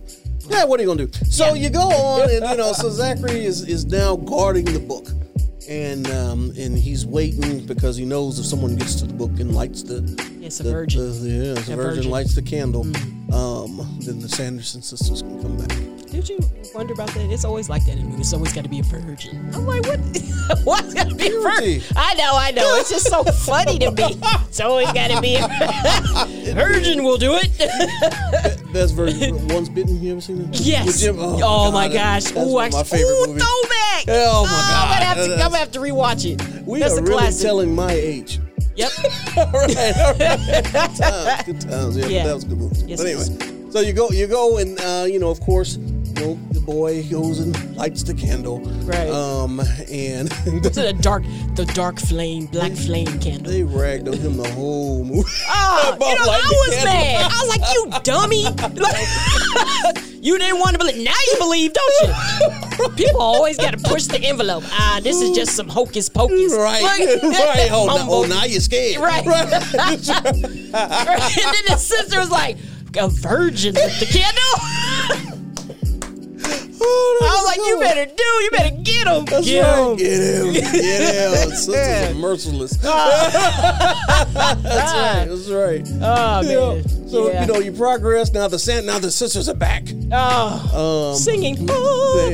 [SPEAKER 3] Yeah, what are you gonna do? So you go on and you
[SPEAKER 2] (laughs)
[SPEAKER 3] know, so Zachary is, is now guarding the book. And um, and he's waiting because he knows if someone gets to the book and lights the
[SPEAKER 2] It's a
[SPEAKER 3] the,
[SPEAKER 2] virgin.
[SPEAKER 3] the- yeah, it's a
[SPEAKER 2] A
[SPEAKER 3] virgin,
[SPEAKER 2] virgin. Mm.
[SPEAKER 3] lights the candle, um, then the Sanderson sisters can come back.
[SPEAKER 2] Did you wonder about that? It's always like that in movies. It's always got to be a virgin. I'm like, what? (laughs) What's got to be a virgin?
[SPEAKER 3] Purity.
[SPEAKER 2] I know, I know. It's just
[SPEAKER 3] (laughs)
[SPEAKER 2] so funny to me. It's always got to be
[SPEAKER 3] (laughs)
[SPEAKER 2] a virgin will do it. (laughs)
[SPEAKER 3] That's version once bitten. You ever seen that? With
[SPEAKER 2] Yes.
[SPEAKER 3] Jim-
[SPEAKER 2] Oh, my
[SPEAKER 3] God,
[SPEAKER 2] gosh.
[SPEAKER 3] That's one
[SPEAKER 2] Oh,
[SPEAKER 3] of my favorite
[SPEAKER 2] ooh,
[SPEAKER 3] movies.
[SPEAKER 2] throwback.
[SPEAKER 3] Oh,
[SPEAKER 2] I'm
[SPEAKER 3] my God.
[SPEAKER 2] gonna have to, I'm
[SPEAKER 3] That's-
[SPEAKER 2] gonna have to rewatch it.
[SPEAKER 3] We
[SPEAKER 2] That's
[SPEAKER 3] are
[SPEAKER 2] a
[SPEAKER 3] really
[SPEAKER 2] classic.
[SPEAKER 3] telling my age. (laughs)
[SPEAKER 2] Yep.
[SPEAKER 3] all right, all right. Good
[SPEAKER 2] (laughs)
[SPEAKER 3] times, good times. Yeah, but
[SPEAKER 2] Yeah.
[SPEAKER 3] that was a good movie.
[SPEAKER 2] Yes,
[SPEAKER 3] but
[SPEAKER 2] it was.
[SPEAKER 3] anyway, so you go, you go, and uh, you know, of course, you know, the boy goes and lights the candle,
[SPEAKER 2] Right.
[SPEAKER 3] Um, and (laughs)
[SPEAKER 2] to the dark, the dark flame, black flame candle.
[SPEAKER 3] they ragged on him the whole movie.
[SPEAKER 2] Oh,
[SPEAKER 3] (laughs) About
[SPEAKER 2] you know,
[SPEAKER 3] lighting
[SPEAKER 2] I
[SPEAKER 3] the
[SPEAKER 2] was
[SPEAKER 3] candle.
[SPEAKER 2] mad. I was like, you dummy. Like, (laughs) you didn't want to believe. Now you believe, don't you? People always got to push the envelope. Ah, this is just some hocus pocus.
[SPEAKER 3] Right,
[SPEAKER 2] Like-
[SPEAKER 3] (laughs) right. Oh, now,
[SPEAKER 2] Humble.
[SPEAKER 3] oh, now you're scared.
[SPEAKER 2] Right. (laughs) and then the sister was like, a virgin with the candle? (laughs)
[SPEAKER 3] Oh, that
[SPEAKER 2] I was like, you
[SPEAKER 3] good.
[SPEAKER 2] better do. You better get him.
[SPEAKER 3] That's
[SPEAKER 2] get
[SPEAKER 3] right.
[SPEAKER 2] 'em. (laughs)
[SPEAKER 3] Get him. Get him. Sisters are merciless. (laughs) that's right. That's right.
[SPEAKER 2] Oh,
[SPEAKER 3] You know,
[SPEAKER 2] Ah. man.
[SPEAKER 3] so
[SPEAKER 2] Yeah.
[SPEAKER 3] you know you progress now. The san- now the sisters are back.
[SPEAKER 2] Oh,
[SPEAKER 3] Um,
[SPEAKER 2] singing.
[SPEAKER 3] They are.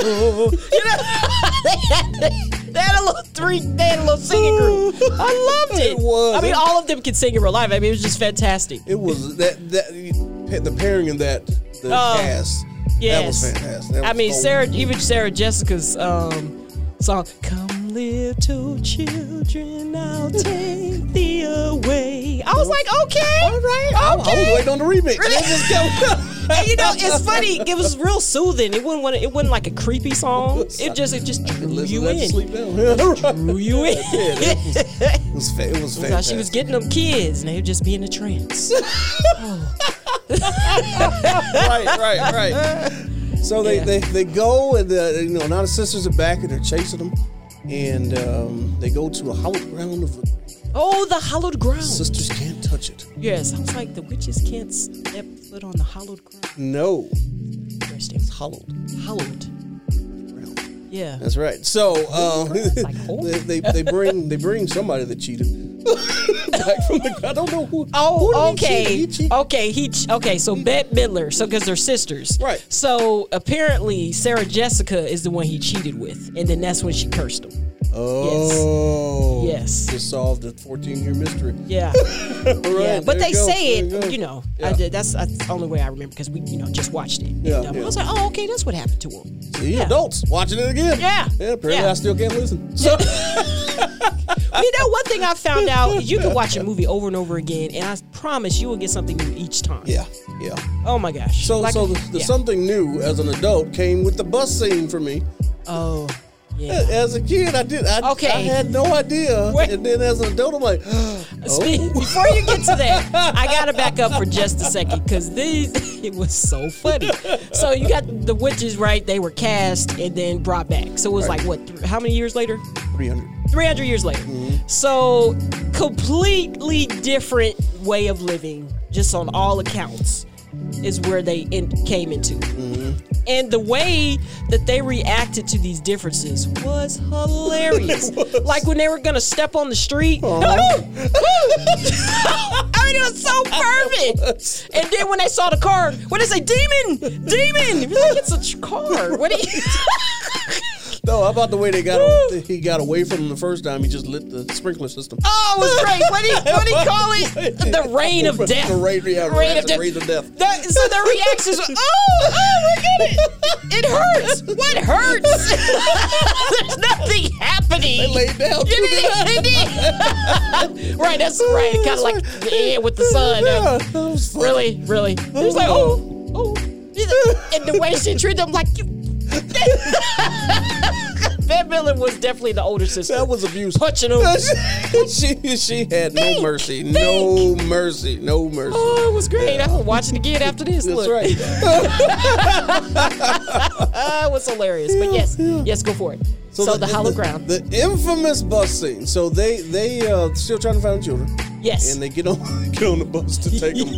[SPEAKER 2] You know, (laughs) they, had, they had a little three, they had a little singing group.
[SPEAKER 3] (laughs)
[SPEAKER 2] I loved it.
[SPEAKER 3] It was.
[SPEAKER 2] I mean, all of them could sing in real life. I mean, it was just fantastic.
[SPEAKER 3] It was that that the pairing in that the
[SPEAKER 2] Oh,
[SPEAKER 3] cast. That was
[SPEAKER 2] yes.
[SPEAKER 3] fantastic. That
[SPEAKER 2] I
[SPEAKER 3] was
[SPEAKER 2] mean,
[SPEAKER 3] so-
[SPEAKER 2] Sarah, even Sarah Jessica's um, song, "Come, little children, I'll take thee away." I was like, okay, all right,
[SPEAKER 3] I, I was
[SPEAKER 2] okay. (laughs)
[SPEAKER 3] waiting on the remix. Let's just go.
[SPEAKER 2] And you know, it's funny. It was real soothing. It wasn't. one of- It wasn't like a creepy song. It just. It just drew (laughs)
[SPEAKER 3] Listen,
[SPEAKER 2] you
[SPEAKER 3] let
[SPEAKER 2] in.
[SPEAKER 3] you sleep now.
[SPEAKER 2] Drew you in.
[SPEAKER 3] (laughs) it was fa- it
[SPEAKER 2] That's
[SPEAKER 3] was
[SPEAKER 2] how she
[SPEAKER 3] fantastic.
[SPEAKER 2] was getting them kids, and they would just be in a trance. (laughs)
[SPEAKER 3] right, right, right. So they,
[SPEAKER 2] Yeah.
[SPEAKER 3] they, they go and the, you know now the sisters are back and they're chasing them, and um, they go to a hollow ground of
[SPEAKER 2] oh, the hallowed ground.
[SPEAKER 3] sisters can't touch it.
[SPEAKER 2] Yes, I was like, the witches can't step foot on the hallowed ground.
[SPEAKER 3] No,
[SPEAKER 2] Interesting.
[SPEAKER 3] it's hollowed.
[SPEAKER 2] Hallowed. Yeah.
[SPEAKER 3] That's right. So um, (laughs)
[SPEAKER 2] Like, oh.
[SPEAKER 3] they, they, they bring they bring somebody that cheated (laughs) back from the. I don't know who. who
[SPEAKER 2] Oh,
[SPEAKER 3] did he
[SPEAKER 2] okay.
[SPEAKER 3] cheat? He cheated.
[SPEAKER 2] okay, he ch- okay. So Bette Midler, so because they're sisters,
[SPEAKER 3] Right.
[SPEAKER 2] So apparently Sarah Jessica is the one he cheated with, and then that's when she cursed him.
[SPEAKER 3] Oh,
[SPEAKER 2] Yes.
[SPEAKER 3] Just solved a 14
[SPEAKER 2] (laughs)
[SPEAKER 3] year mystery. (laughs)
[SPEAKER 2] Yeah,
[SPEAKER 3] All right,
[SPEAKER 2] yeah. But they
[SPEAKER 3] there you go,
[SPEAKER 2] say
[SPEAKER 3] there go.
[SPEAKER 2] it, you know. I
[SPEAKER 3] Yeah.
[SPEAKER 2] did, that's, that's the only way I remember because we, you know, just watched it. And,
[SPEAKER 3] Yeah,
[SPEAKER 2] um,
[SPEAKER 3] yeah.
[SPEAKER 2] I was like, oh, okay, that's what happened to him.
[SPEAKER 3] See, adults watching it again.
[SPEAKER 2] Yeah,
[SPEAKER 3] Yeah, apparently
[SPEAKER 2] yeah.
[SPEAKER 3] I still can't listen. So,
[SPEAKER 2] You know, one thing I found out: you can
[SPEAKER 3] (laughs)
[SPEAKER 2] watch a movie over and over again, and I promise you will get something new each time.
[SPEAKER 3] Yeah, yeah.
[SPEAKER 2] Oh my gosh.
[SPEAKER 3] So,
[SPEAKER 2] Like-
[SPEAKER 3] so the, the
[SPEAKER 2] yeah.
[SPEAKER 3] something new as an adult came with the bus scene for me.
[SPEAKER 2] Oh, yeah.
[SPEAKER 3] As a kid, I did. I,
[SPEAKER 2] Okay.
[SPEAKER 3] I had no idea,
[SPEAKER 2] Wait.
[SPEAKER 3] and then as an adult, I'm like, (gasps)
[SPEAKER 2] Spe- Before you get to that, I gotta back up for just a second because this (laughs) it was so funny. So you got the witches right; they were cast and then brought back. So it was like what? Th- how many years later?
[SPEAKER 3] 300.
[SPEAKER 2] Three hundred years later. So completely different way of living, just on all accounts, is where they in- came into. And the way that they reacted to these differences was hilarious. Like when they were gonna step on the street. (laughs) I mean, it was so perfect. And then when they saw the car, what is a demon? Demon! It was like, it's a tr- car. What are you?
[SPEAKER 3] No, how about the way they got
[SPEAKER 2] Woo.
[SPEAKER 3] he got away from him the first time? He just lit the sprinkler system.
[SPEAKER 2] Oh, it was great. What do you, what do you call it?
[SPEAKER 3] (laughs)
[SPEAKER 2] The rain of death.
[SPEAKER 3] The rain- yeah, rain of rain of death.
[SPEAKER 2] That- so their reactions were, oh, oh, look at it. It hurts. What hurts? (laughs) There's nothing happening. They
[SPEAKER 3] laid down too, (laughs)
[SPEAKER 2] (laughs) right, that's right. Kind of like the air with the sun. uh,
[SPEAKER 3] Yeah, that was fun.
[SPEAKER 2] Really, really. It was like, oh, oh. And the way she treated them like you. (laughs) Van Miller was definitely the older sister.
[SPEAKER 3] That was abuse.
[SPEAKER 2] punching him.
[SPEAKER 3] (laughs) she she had no
[SPEAKER 2] Think,
[SPEAKER 3] mercy, no mercy, no mercy.
[SPEAKER 2] Oh, it was great. I'm gonna watch it again after this.
[SPEAKER 3] That's
[SPEAKER 2] Look,
[SPEAKER 3] right.
[SPEAKER 2] Uh, it was hilarious. But
[SPEAKER 3] (laughs)
[SPEAKER 2] yes, yes, go for it. So, the, hollow ground.
[SPEAKER 3] the infamous bus scene. So they they uh, still trying to find children,
[SPEAKER 2] yes.
[SPEAKER 3] and they get on (laughs) get on the bus to take
[SPEAKER 2] (laughs)
[SPEAKER 3] them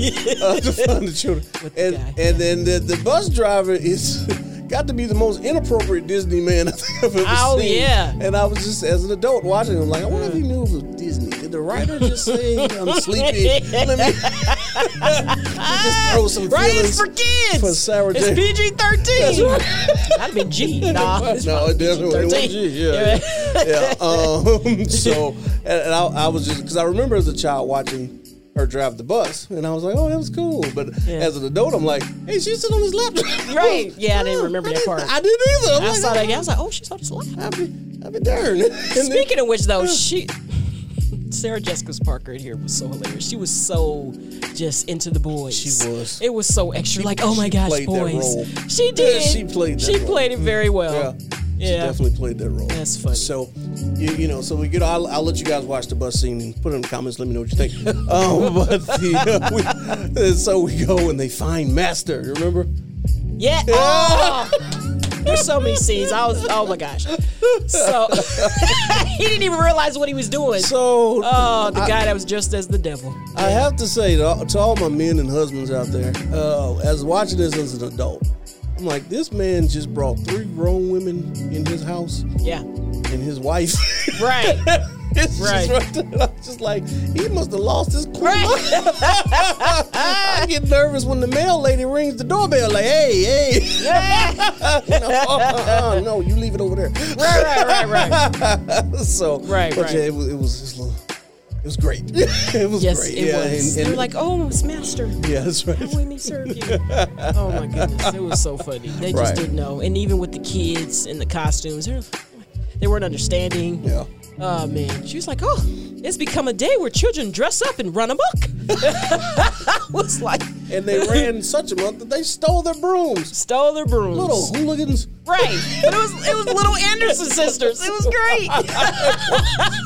[SPEAKER 3] uh, to find the children,
[SPEAKER 2] With the
[SPEAKER 3] and
[SPEAKER 2] guy.
[SPEAKER 3] and then the, the bus driver is. (laughs) Got to be the most inappropriate Disney man (laughs) I think I've ever
[SPEAKER 2] Oh,
[SPEAKER 3] seen.
[SPEAKER 2] yeah.
[SPEAKER 3] And I was just as an adult watching him, like, I wonder if he knew it was Disney. Did the writer just say
[SPEAKER 2] (laughs)
[SPEAKER 3] I'm sleepy? Let me (laughs) just throw some
[SPEAKER 2] right, it's
[SPEAKER 3] feelings
[SPEAKER 2] for kids.
[SPEAKER 3] for Sarah
[SPEAKER 2] it's
[SPEAKER 3] J.
[SPEAKER 2] PG
[SPEAKER 3] That's
[SPEAKER 2] thirteen. (laughs)
[SPEAKER 3] right.
[SPEAKER 2] I'd been
[SPEAKER 3] (laughs)
[SPEAKER 2] G. Nah, it's
[SPEAKER 3] no, it definitely it was
[SPEAKER 2] PG-13.
[SPEAKER 3] G, yeah, yeah. (laughs) yeah. Um, so, and, and I, I was just because I remember as a child watching her drive the bus, and I was like, "Oh, that was cool." But
[SPEAKER 2] Yeah.
[SPEAKER 3] as an adult, I'm like, "Hey, she's sitting on his lap." (laughs)
[SPEAKER 2] Right. Yeah, I didn't remember
[SPEAKER 3] I
[SPEAKER 2] that
[SPEAKER 3] didn't-
[SPEAKER 2] part.
[SPEAKER 3] I didn't either.
[SPEAKER 2] (laughs)
[SPEAKER 3] I'm
[SPEAKER 2] I
[SPEAKER 3] like,
[SPEAKER 2] saw that. guy. I was like, oh, she's on this lot.
[SPEAKER 3] I'd be, I'd be darned. (laughs) And then-
[SPEAKER 2] Speaking of which, though, she. (laughs) Sarah Jessica Parker in here was so hilarious. She was so just into the boys.
[SPEAKER 3] She was.
[SPEAKER 2] It was so extra. Like, oh my
[SPEAKER 3] she
[SPEAKER 2] gosh,
[SPEAKER 3] played that role.
[SPEAKER 2] boys. She did.
[SPEAKER 3] Yeah, she played that
[SPEAKER 2] She
[SPEAKER 3] role. Mm-hmm.
[SPEAKER 2] played it very
[SPEAKER 3] yeah,
[SPEAKER 2] well.
[SPEAKER 3] she
[SPEAKER 2] Yeah.
[SPEAKER 3] definitely played that role.
[SPEAKER 2] That's funny.
[SPEAKER 3] So, you, you know, so we get. I'll, I'll let you guys watch the bus scene and put it in the comments. Let me know what
[SPEAKER 2] (laughs)
[SPEAKER 3] you think. um, but the, (laughs) uh, we, so we go and they find Master. You remember? (laughs)
[SPEAKER 2] Yeah. Oh, there's so many scenes. I was. Oh my gosh. So (laughs) he didn't even realize what he was doing.
[SPEAKER 3] So
[SPEAKER 2] oh, the guy that was dressed as the devil.
[SPEAKER 3] I have to say to all, to all my men and husbands out there, uh, as watching this as an adult, I'm like, this man just brought three grown women in his house
[SPEAKER 2] Yeah.
[SPEAKER 3] and his wife. (laughs)
[SPEAKER 2] Right.
[SPEAKER 3] It's
[SPEAKER 2] Right.
[SPEAKER 3] just right there. I'm just like, he must have lost his cool.
[SPEAKER 2] Right.
[SPEAKER 3] I get nervous when the mail lady rings the doorbell, like, hey, hey. (laughs) You know, uh-uh, no, you leave it over there. (laughs)
[SPEAKER 2] Right. Right. Right. Right.
[SPEAKER 3] so,
[SPEAKER 2] Right,
[SPEAKER 3] but
[SPEAKER 2] right.
[SPEAKER 3] yeah, it was, it was just a little- it was great. (laughs) it was
[SPEAKER 2] Yes,
[SPEAKER 3] great.
[SPEAKER 2] it
[SPEAKER 3] yeah,
[SPEAKER 2] was.
[SPEAKER 3] and-
[SPEAKER 2] They're
[SPEAKER 3] and-
[SPEAKER 2] like, oh, it's master.
[SPEAKER 3] yeah, that's right.
[SPEAKER 2] Let me serve you. Oh my goodness, it was so funny. They just
[SPEAKER 3] Right.
[SPEAKER 2] didn't know, and even with the kids and the costumes, they're- "Oh they weren't understanding.
[SPEAKER 3] Yeah.
[SPEAKER 2] Oh man, she was like, "Oh, it's become a day where children dress up and run amok." (laughs) I was like,
[SPEAKER 3] and they ran such a month that they stole their brooms.
[SPEAKER 2] stole their brooms.
[SPEAKER 3] Little hooligans.
[SPEAKER 2] Right, but it was it was little Anderson sisters. It was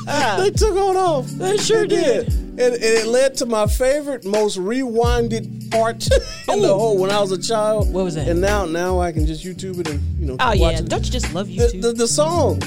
[SPEAKER 2] great.
[SPEAKER 3] They took on
[SPEAKER 2] (laughs)
[SPEAKER 3] off.
[SPEAKER 2] They sure did.
[SPEAKER 3] And, and it led to my favorite, most
[SPEAKER 2] (laughs)
[SPEAKER 3] rewinded part in the
[SPEAKER 2] Ooh.
[SPEAKER 3] whole when I was a child.
[SPEAKER 2] What was that?
[SPEAKER 3] And now now I can just YouTube it and you know
[SPEAKER 2] Oh
[SPEAKER 3] watch
[SPEAKER 2] yeah,
[SPEAKER 3] it.
[SPEAKER 2] don't you just love
[SPEAKER 3] The,
[SPEAKER 2] YouTube?
[SPEAKER 3] the, the song.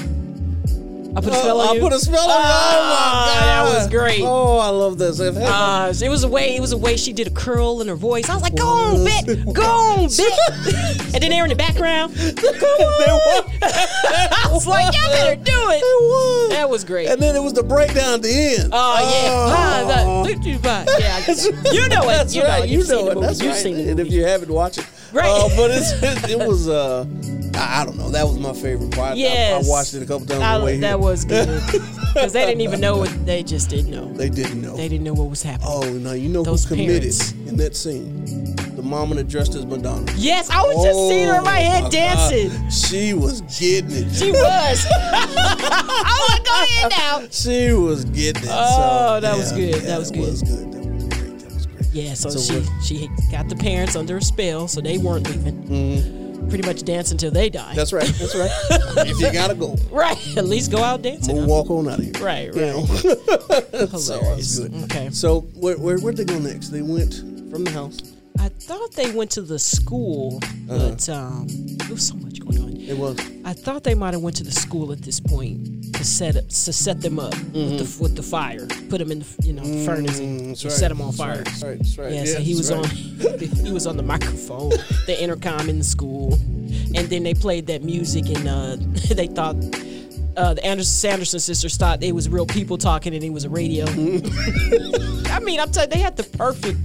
[SPEAKER 2] I put a spell
[SPEAKER 3] Uh,
[SPEAKER 2] on
[SPEAKER 3] I
[SPEAKER 2] you.
[SPEAKER 3] put a spell on you.
[SPEAKER 2] Ah,
[SPEAKER 3] oh my god.
[SPEAKER 2] that was great.
[SPEAKER 3] Oh, I love this. If-
[SPEAKER 2] Uh, it was a way. It was a way she did a curl in her voice. I was like, "Go on, bitch! Go on,
[SPEAKER 3] (laughs)
[SPEAKER 2] bitch!" and then they were in the background. (laughs)
[SPEAKER 3] (laughs) They won.
[SPEAKER 2] I was like, "You better do
[SPEAKER 3] They
[SPEAKER 2] it."
[SPEAKER 3] won.
[SPEAKER 2] That was great.
[SPEAKER 3] And then it was the breakdown at the end.
[SPEAKER 2] Oh yeah,
[SPEAKER 3] Oh.
[SPEAKER 2] Ah, the- you (laughs) know it. You know
[SPEAKER 3] That's
[SPEAKER 2] it.
[SPEAKER 3] right.
[SPEAKER 2] You've
[SPEAKER 3] You
[SPEAKER 2] seen
[SPEAKER 3] know
[SPEAKER 2] the
[SPEAKER 3] it.
[SPEAKER 2] movie.
[SPEAKER 3] That's
[SPEAKER 2] You've
[SPEAKER 3] right.
[SPEAKER 2] seen the
[SPEAKER 3] and if
[SPEAKER 2] movie.
[SPEAKER 3] you haven't, watch it.
[SPEAKER 2] Right.
[SPEAKER 3] Uh, but it's,
[SPEAKER 2] (laughs)
[SPEAKER 3] it, it was. Uh, I I don't know. That was my favorite part. I-
[SPEAKER 2] Yes.
[SPEAKER 3] I, watched it a couple times
[SPEAKER 2] I-
[SPEAKER 3] on the way here.
[SPEAKER 2] that
[SPEAKER 3] (laughs)
[SPEAKER 2] was good because they didn't even know what they just didn't know.
[SPEAKER 3] They didn't know.
[SPEAKER 2] They didn't know what was happening.
[SPEAKER 3] oh no! You know
[SPEAKER 2] Those
[SPEAKER 3] who committed
[SPEAKER 2] parents.
[SPEAKER 3] in that scene? The Mamma dressed as Madonna. Oh,
[SPEAKER 2] Yes, I was just seeing her in my head
[SPEAKER 3] God.
[SPEAKER 2] dancing.
[SPEAKER 3] She was getting it.
[SPEAKER 2] She
[SPEAKER 3] (laughs)
[SPEAKER 2] was. (laughs) oh, go ahead now.
[SPEAKER 3] She was getting it.
[SPEAKER 2] Oh,
[SPEAKER 3] so,
[SPEAKER 2] that was
[SPEAKER 3] yeah,
[SPEAKER 2] good.
[SPEAKER 3] yeah,
[SPEAKER 2] That was
[SPEAKER 3] it
[SPEAKER 2] good.
[SPEAKER 3] Was good. That was great. That was great.
[SPEAKER 2] Yeah, so,
[SPEAKER 3] So
[SPEAKER 2] she she got the parents under a spell, so they weren't leaving. Pretty much dance until they die.
[SPEAKER 3] Mm-hmm. That's right.
[SPEAKER 2] (laughs)
[SPEAKER 3] That's right. if you gotta go,
[SPEAKER 2] right. (laughs) At least go out dancing.
[SPEAKER 3] we'll walk on out of here.
[SPEAKER 2] Right,
[SPEAKER 3] You
[SPEAKER 2] right.
[SPEAKER 3] know? so that
[SPEAKER 2] Hilarious.
[SPEAKER 3] was good.
[SPEAKER 2] Okay.
[SPEAKER 3] So where, where where'd they go next? They went from the house.
[SPEAKER 2] I thought they went to the school,
[SPEAKER 3] Uh-huh.
[SPEAKER 2] but um, there was so much going on.
[SPEAKER 3] It was.
[SPEAKER 2] I thought they might have went to the school at this point to set up, to set them up with, the, with the fire, put them in the you know the furnace and
[SPEAKER 3] Mm-hmm. Mm, That's right.
[SPEAKER 2] set them on
[SPEAKER 3] That's
[SPEAKER 2] fire.
[SPEAKER 3] right. That's right. That's right.
[SPEAKER 2] Yeah, so he
[SPEAKER 3] that's
[SPEAKER 2] was
[SPEAKER 3] right.
[SPEAKER 2] on (laughs) he was on the microphone, the intercom in the school, and then they played that music and uh, (laughs) they thought. Uh, the Anderson Sanderson sisters thought it was real people talking and it was a
[SPEAKER 3] (laughs)
[SPEAKER 2] radio. I mean, I'm telling they had the perfect.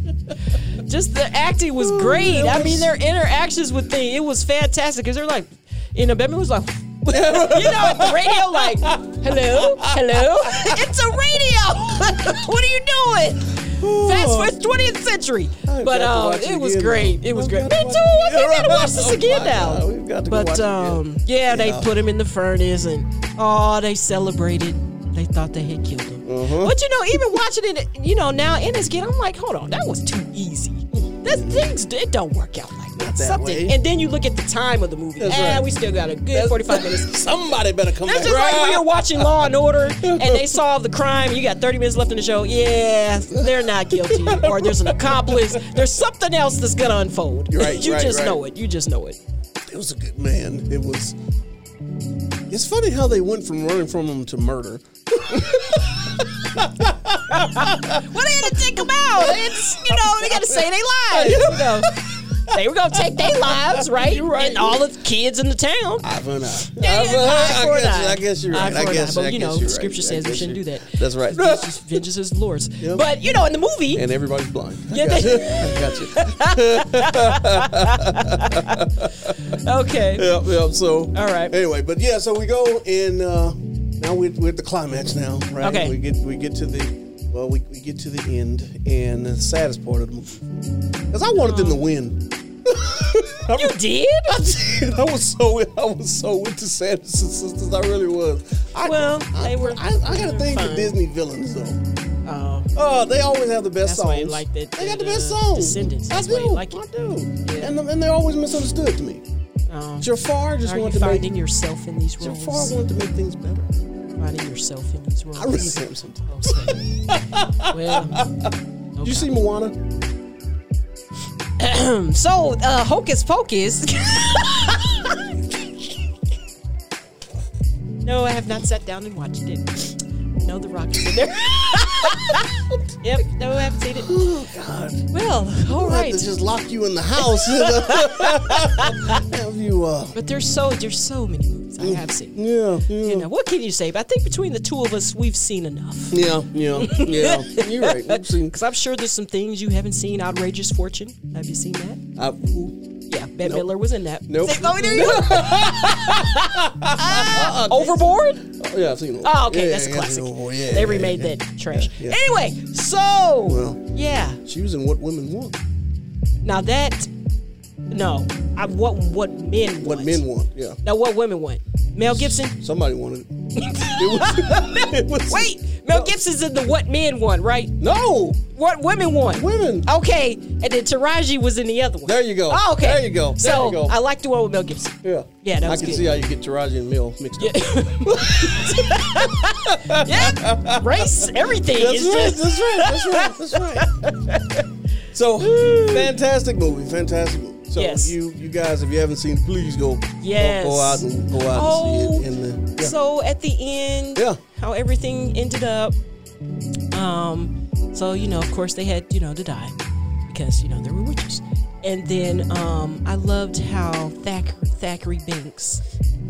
[SPEAKER 2] Just the acting was
[SPEAKER 3] Oh,
[SPEAKER 2] great. I mean, their interactions with things, it was fantastic. Because they're like, you know, Batman was like, (laughs) you know, at the radio, like, hello, hello, (laughs) it's a radio. (laughs) what are you doing? Fast forward 20th century.
[SPEAKER 3] I've got
[SPEAKER 2] But
[SPEAKER 3] to
[SPEAKER 2] um,
[SPEAKER 3] watch
[SPEAKER 2] it
[SPEAKER 3] it
[SPEAKER 2] was
[SPEAKER 3] again
[SPEAKER 2] great.
[SPEAKER 3] now.
[SPEAKER 2] It was
[SPEAKER 3] I've
[SPEAKER 2] great. Me
[SPEAKER 3] got
[SPEAKER 2] too.
[SPEAKER 3] to watch
[SPEAKER 2] I
[SPEAKER 3] it.
[SPEAKER 2] think I gotta watch
[SPEAKER 3] Oh (laughs)
[SPEAKER 2] this
[SPEAKER 3] my
[SPEAKER 2] again
[SPEAKER 3] God,
[SPEAKER 2] now.
[SPEAKER 3] we've got to go watch
[SPEAKER 2] But
[SPEAKER 3] it again.
[SPEAKER 2] um, yeah, they
[SPEAKER 3] Yeah.
[SPEAKER 2] put him in the furnace and oh, they celebrated. They thought they had killed him.
[SPEAKER 3] Uh-huh.
[SPEAKER 2] But you know, even watching it, you know, now in this kid, I'm like, hold on, that was too easy. That things it don't work out like that.
[SPEAKER 3] that
[SPEAKER 2] Something.
[SPEAKER 3] way.
[SPEAKER 2] And then you look at the time of the movie.
[SPEAKER 3] That's
[SPEAKER 2] ah,
[SPEAKER 3] right.
[SPEAKER 2] we still got a good
[SPEAKER 3] (laughs)
[SPEAKER 2] 45 minutes.
[SPEAKER 3] Somebody better come
[SPEAKER 2] That's
[SPEAKER 3] back.
[SPEAKER 2] just like when you're watching Law and
[SPEAKER 3] (laughs)
[SPEAKER 2] Order and they solve the crime. You got 30 minutes left in the show. Yeah, they're not guilty, or there's an accomplice. There's something else that's gonna unfold.
[SPEAKER 3] Right,
[SPEAKER 2] you
[SPEAKER 3] right,
[SPEAKER 2] just
[SPEAKER 3] right.
[SPEAKER 2] know it. You just know it.
[SPEAKER 3] It was a good man. It was. It's funny how they went from running from him to murder.
[SPEAKER 2] Well, they had to take them out. It's you know they got to say they lives. You know. They were gonna take their lives, right?
[SPEAKER 3] right.
[SPEAKER 2] And all the kids in the town.
[SPEAKER 3] Eye for an eye.
[SPEAKER 2] Yeah,
[SPEAKER 3] Eye
[SPEAKER 2] yeah,
[SPEAKER 3] for an
[SPEAKER 2] eye
[SPEAKER 3] eye.
[SPEAKER 2] for
[SPEAKER 3] I
[SPEAKER 2] an
[SPEAKER 3] guess,
[SPEAKER 2] eye.
[SPEAKER 3] I guess you're
[SPEAKER 2] Eye
[SPEAKER 3] right.
[SPEAKER 2] for
[SPEAKER 3] I
[SPEAKER 2] an
[SPEAKER 3] guess.
[SPEAKER 2] eye. But,
[SPEAKER 3] I
[SPEAKER 2] you
[SPEAKER 3] guess
[SPEAKER 2] know,
[SPEAKER 3] you're right.
[SPEAKER 2] scripture
[SPEAKER 3] I
[SPEAKER 2] says we
[SPEAKER 3] guess
[SPEAKER 2] shouldn't
[SPEAKER 3] you-
[SPEAKER 2] do that.
[SPEAKER 3] That's
[SPEAKER 2] Vengeance
[SPEAKER 3] right.
[SPEAKER 2] is, vengeance is Lord's.
[SPEAKER 3] Yep.
[SPEAKER 2] But you know, in the movie,
[SPEAKER 3] and everybody's blind. I
[SPEAKER 2] Yeah,
[SPEAKER 3] got
[SPEAKER 2] they-
[SPEAKER 3] you. I got you.
[SPEAKER 2] okay,
[SPEAKER 3] Yep, yep. So, all
[SPEAKER 2] right.
[SPEAKER 3] Anyway, but yeah, so we go and uh, now we're, we're at the climax now, right?
[SPEAKER 2] Okay.
[SPEAKER 3] We get we get to the well, we, we get to the end and the saddest part of the movie because I wanted
[SPEAKER 2] Oh.
[SPEAKER 3] them to win. (laughs)
[SPEAKER 2] you did.
[SPEAKER 3] I was so I was so with the Sanderson sisters. I really was. I,
[SPEAKER 2] Well,
[SPEAKER 3] I,
[SPEAKER 2] they were-
[SPEAKER 3] I, I got a thing for
[SPEAKER 2] fine.
[SPEAKER 3] Disney villains though.
[SPEAKER 2] Oh.
[SPEAKER 3] Oh, they always have the best
[SPEAKER 2] That's
[SPEAKER 3] songs.
[SPEAKER 2] why you like the-
[SPEAKER 3] they got the
[SPEAKER 2] the
[SPEAKER 3] best songs.
[SPEAKER 2] Descendants.
[SPEAKER 3] I
[SPEAKER 2] That's
[SPEAKER 3] do.
[SPEAKER 2] why you like it.
[SPEAKER 3] I do.
[SPEAKER 2] Yeah.
[SPEAKER 3] And, and they're always misunderstood to me.
[SPEAKER 2] Um,
[SPEAKER 3] Jafar just
[SPEAKER 2] Are you
[SPEAKER 3] wanted to
[SPEAKER 2] finding
[SPEAKER 3] make
[SPEAKER 2] yourself in these roles?
[SPEAKER 3] Jafar wanted to make things better.
[SPEAKER 2] Finding yourself in these roles.
[SPEAKER 3] I really am sometimes.
[SPEAKER 2] Okay. well, um,
[SPEAKER 3] Did you see Moana?
[SPEAKER 2] so uh, Hocus Pocus. (laughs) no, I have not sat down and watched it. No, The Rock is in there. (laughs) yep, no, I haven't seen it.
[SPEAKER 3] Oh God!
[SPEAKER 2] Well, all
[SPEAKER 3] We'll have
[SPEAKER 2] right.
[SPEAKER 3] to just lock you in
[SPEAKER 2] (laughs)
[SPEAKER 3] the house. have you? Uh,
[SPEAKER 2] But there's so there's so many movies I have seen.
[SPEAKER 3] yeah,
[SPEAKER 2] You
[SPEAKER 3] yeah,
[SPEAKER 2] know, what can you say? But I think between the two of us, we've seen enough.
[SPEAKER 3] yeah, yeah, yeah. (laughs) You're right. We've seen.
[SPEAKER 2] Because I'm sure there's some things you haven't seen. Outrageous Fortune. Have you seen that?
[SPEAKER 3] I, oh, ooh,
[SPEAKER 2] Yeah, Bette Midler was in that.
[SPEAKER 3] Nope.
[SPEAKER 2] Say- oh, there you go.
[SPEAKER 3] (laughs)
[SPEAKER 2] Ah, Overboard?
[SPEAKER 3] oh, yeah, I've seen. it.
[SPEAKER 2] Oh, okay,
[SPEAKER 3] Yeah,
[SPEAKER 2] that's a
[SPEAKER 3] yeah, I've
[SPEAKER 2] classic.
[SPEAKER 3] seen it. Oh, yeah,
[SPEAKER 2] they
[SPEAKER 3] yeah,
[SPEAKER 2] remade
[SPEAKER 3] yeah.
[SPEAKER 2] that trash.
[SPEAKER 3] yeah.
[SPEAKER 2] Anyway, so
[SPEAKER 3] Well.
[SPEAKER 2] yeah,
[SPEAKER 3] Choosing what women want,
[SPEAKER 2] now that no, I, what what men
[SPEAKER 3] what
[SPEAKER 2] want.
[SPEAKER 3] men want. Yeah,
[SPEAKER 2] Now what women want? Mel Gibson.
[SPEAKER 3] somebody wanted. It was, (laughs) it was,
[SPEAKER 2] Wait, Mel Gibson's in the what men want, right?
[SPEAKER 3] No,
[SPEAKER 2] What women want?
[SPEAKER 3] women.
[SPEAKER 2] Okay, and then Taraji was in the other one.
[SPEAKER 3] There you go.
[SPEAKER 2] Oh, okay.
[SPEAKER 3] There you go. There
[SPEAKER 2] So
[SPEAKER 3] you go.
[SPEAKER 2] I like the one with Mel Gibson.
[SPEAKER 3] Yeah,
[SPEAKER 2] Yeah, that
[SPEAKER 3] I
[SPEAKER 2] was
[SPEAKER 3] can
[SPEAKER 2] good.
[SPEAKER 3] see how you get Taraji and Mill mixed
[SPEAKER 2] (laughs)
[SPEAKER 3] up.
[SPEAKER 2] yeah,
[SPEAKER 3] (laughs)
[SPEAKER 2] race, everything
[SPEAKER 3] That's
[SPEAKER 2] is
[SPEAKER 3] right,
[SPEAKER 2] just
[SPEAKER 3] that's right. That's right. That's right.
[SPEAKER 2] (laughs)
[SPEAKER 3] So fantastic movie, fantastic movie. So
[SPEAKER 2] Yes.
[SPEAKER 3] you you guys, if you haven't seen, it, please go go-
[SPEAKER 2] Yes.
[SPEAKER 3] go, out and go out
[SPEAKER 2] Oh,
[SPEAKER 3] and see it. And uh, yeah.
[SPEAKER 2] so at the end,
[SPEAKER 3] Yeah.
[SPEAKER 2] how everything ended up. Um, so you know, of course, they had you know to die because you know there were witches. And then um, I loved how Thackeray, Thackeray Banks,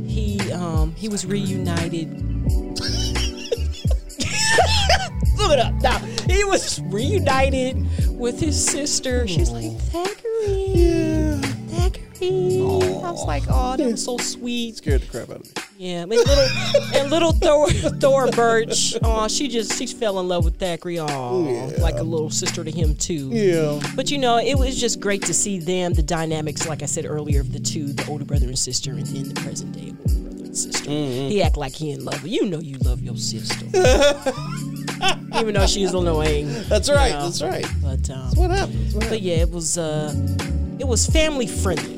[SPEAKER 2] he um, he was reunited. (laughs) Look it up. Now he was reunited with his sister. She's like Thackeray.
[SPEAKER 3] yeah,
[SPEAKER 2] Thackeray. I was like, oh, that was so sweet.
[SPEAKER 3] scared the crap out of me.
[SPEAKER 2] Yeah, I mean, little and little Thor, Thor Birch. Oh, she just she fell in love with Thackeray. Oh, like a little sister to him too.
[SPEAKER 3] Yeah.
[SPEAKER 2] But you know, it was just great to see them, the dynamics, like I said earlier, of the two, the older brother and sister, and then the present day older brother and sister.
[SPEAKER 3] Mm-hmm.
[SPEAKER 2] He act like he in love, but you know you love your
[SPEAKER 3] (laughs)
[SPEAKER 2] sister. Even though she's annoying.
[SPEAKER 3] That's
[SPEAKER 2] you
[SPEAKER 3] right.
[SPEAKER 2] know.
[SPEAKER 3] That's right.
[SPEAKER 2] But um,
[SPEAKER 3] What happened? What
[SPEAKER 2] but
[SPEAKER 3] happened?
[SPEAKER 2] yeah, it was uh, it was family friendly.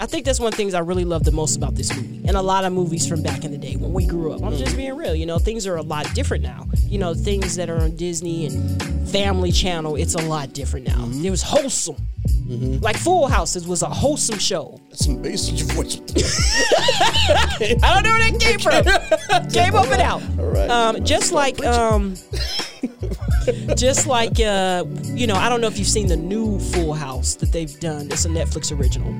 [SPEAKER 2] I think that's one of the things I really love the most about this movie, and a lot of movies from back in the day when we grew up. I'm just being real, you know, things are a lot different now. You know, things that are on Disney and Family Channel, it's a lot different now. It was wholesome. Like Full Houses was a wholesome show.
[SPEAKER 3] That's some basic voice.
[SPEAKER 2] I don't know where that came from. came up and out.
[SPEAKER 3] right.
[SPEAKER 2] Um, just like um, just like uh, you know, I don't know if you've seen the new Full House that they've done. It's a Netflix original,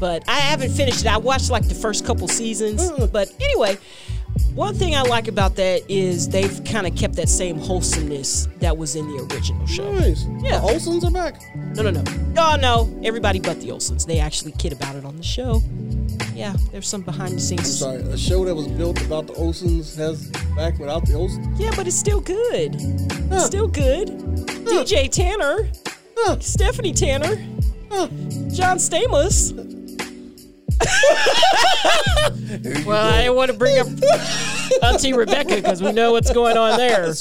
[SPEAKER 2] but I haven't finished it. I watched like the first couple seasons, but anyway. One thing I like about that is they've kind of kept that same wholesomeness that was in the original show.
[SPEAKER 3] Nice.
[SPEAKER 2] Yeah.
[SPEAKER 3] The Olsons are back.
[SPEAKER 2] No, no, no. Oh, no. Everybody but the Olsons. They actually kid about it on the show. Yeah, there's some behind the scenes
[SPEAKER 3] Sorry, a show that was built about the Olsons has back without the Olsons.
[SPEAKER 2] Yeah, but it's still good. It's still good. DJ Tanner,
[SPEAKER 3] Huh.
[SPEAKER 2] Stephanie Tanner, John Stamos. well, I didn't want to bring up Auntie Rebecca because we know what's going on there.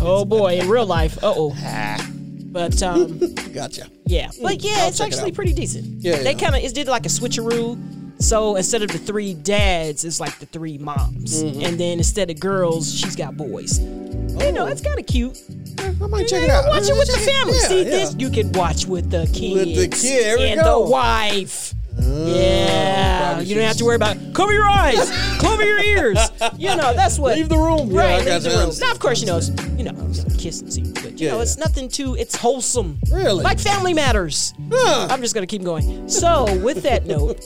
[SPEAKER 2] Oh boy, in real life. Uh oh.
[SPEAKER 3] Ah.
[SPEAKER 2] But um,
[SPEAKER 3] Gotcha.
[SPEAKER 2] yeah, but yeah, it's
[SPEAKER 3] Mm, check it
[SPEAKER 2] actually
[SPEAKER 3] out.
[SPEAKER 2] pretty decent.
[SPEAKER 3] Yeah,
[SPEAKER 2] they
[SPEAKER 3] yeah.
[SPEAKER 2] kind of it did like a switcheroo. So instead of the three dads, it's like the three moms,
[SPEAKER 3] Mm-hmm.
[SPEAKER 2] and then instead of girls, she's got boys. You
[SPEAKER 3] Oh.
[SPEAKER 2] know, it's kind of cute.
[SPEAKER 3] I might check
[SPEAKER 2] You
[SPEAKER 3] it
[SPEAKER 2] know,
[SPEAKER 3] out.
[SPEAKER 2] watch it with the
[SPEAKER 3] Check
[SPEAKER 2] family.
[SPEAKER 3] Yeah,
[SPEAKER 2] See
[SPEAKER 3] yeah.
[SPEAKER 2] this, you can watch with the kids
[SPEAKER 3] With the kid, there we
[SPEAKER 2] and
[SPEAKER 3] go. Oh,
[SPEAKER 2] the wife. yeah,
[SPEAKER 3] probably
[SPEAKER 2] you don't have
[SPEAKER 3] should-
[SPEAKER 2] to worry about cover your
[SPEAKER 3] (laughs)
[SPEAKER 2] eyes, cover your ears. You know, that's what
[SPEAKER 3] Leave the room. Yeah, I
[SPEAKER 2] Right, leave
[SPEAKER 3] gotcha.
[SPEAKER 2] the room. Now, of course, you know, it's, you know, you know, kiss and see, but you
[SPEAKER 3] Yeah,
[SPEAKER 2] know, it's
[SPEAKER 3] yeah.
[SPEAKER 2] nothing too. It's wholesome.
[SPEAKER 3] Really?
[SPEAKER 2] like Family Matters.
[SPEAKER 3] Huh.
[SPEAKER 2] I'm just gonna keep going. So, with that note,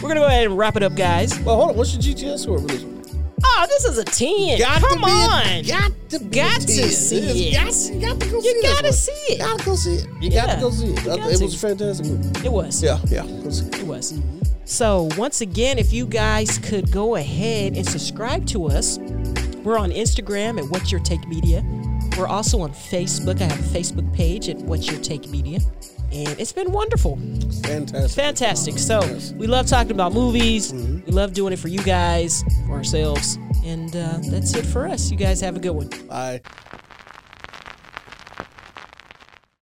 [SPEAKER 2] (laughs) we're gonna go ahead and wrap it up, guys.
[SPEAKER 3] Well, hold on. What's your GTS score for this one?
[SPEAKER 2] Oh, this is a ten.
[SPEAKER 3] Got
[SPEAKER 2] Come
[SPEAKER 3] to be
[SPEAKER 2] on,
[SPEAKER 3] A, got to be a
[SPEAKER 2] Got to
[SPEAKER 3] 10.
[SPEAKER 2] see
[SPEAKER 3] is-
[SPEAKER 2] it.
[SPEAKER 3] Got, got to go
[SPEAKER 2] You
[SPEAKER 3] see
[SPEAKER 2] gotta
[SPEAKER 3] this
[SPEAKER 2] see
[SPEAKER 3] one.
[SPEAKER 2] it.
[SPEAKER 3] Gotta go see it. You got
[SPEAKER 2] Yeah.
[SPEAKER 3] to go see it.
[SPEAKER 2] You
[SPEAKER 3] I-
[SPEAKER 2] got
[SPEAKER 3] it
[SPEAKER 2] to.
[SPEAKER 3] was a fantastic movie.
[SPEAKER 2] it was.
[SPEAKER 3] Yeah, yeah. Go see it.
[SPEAKER 2] It was. So, once again, if you guys could go ahead and subscribe to us, we're on Instagram at What's Your Take Media. We're also on Facebook. I have a Facebook page at What's Your Take Media. And it's been wonderful.
[SPEAKER 3] Fantastic.
[SPEAKER 2] Fantastic. So, we love talking about movies. We love doing it for you guys, for ourselves. And uh, that's it for us. You guys have a good one.
[SPEAKER 3] Bye.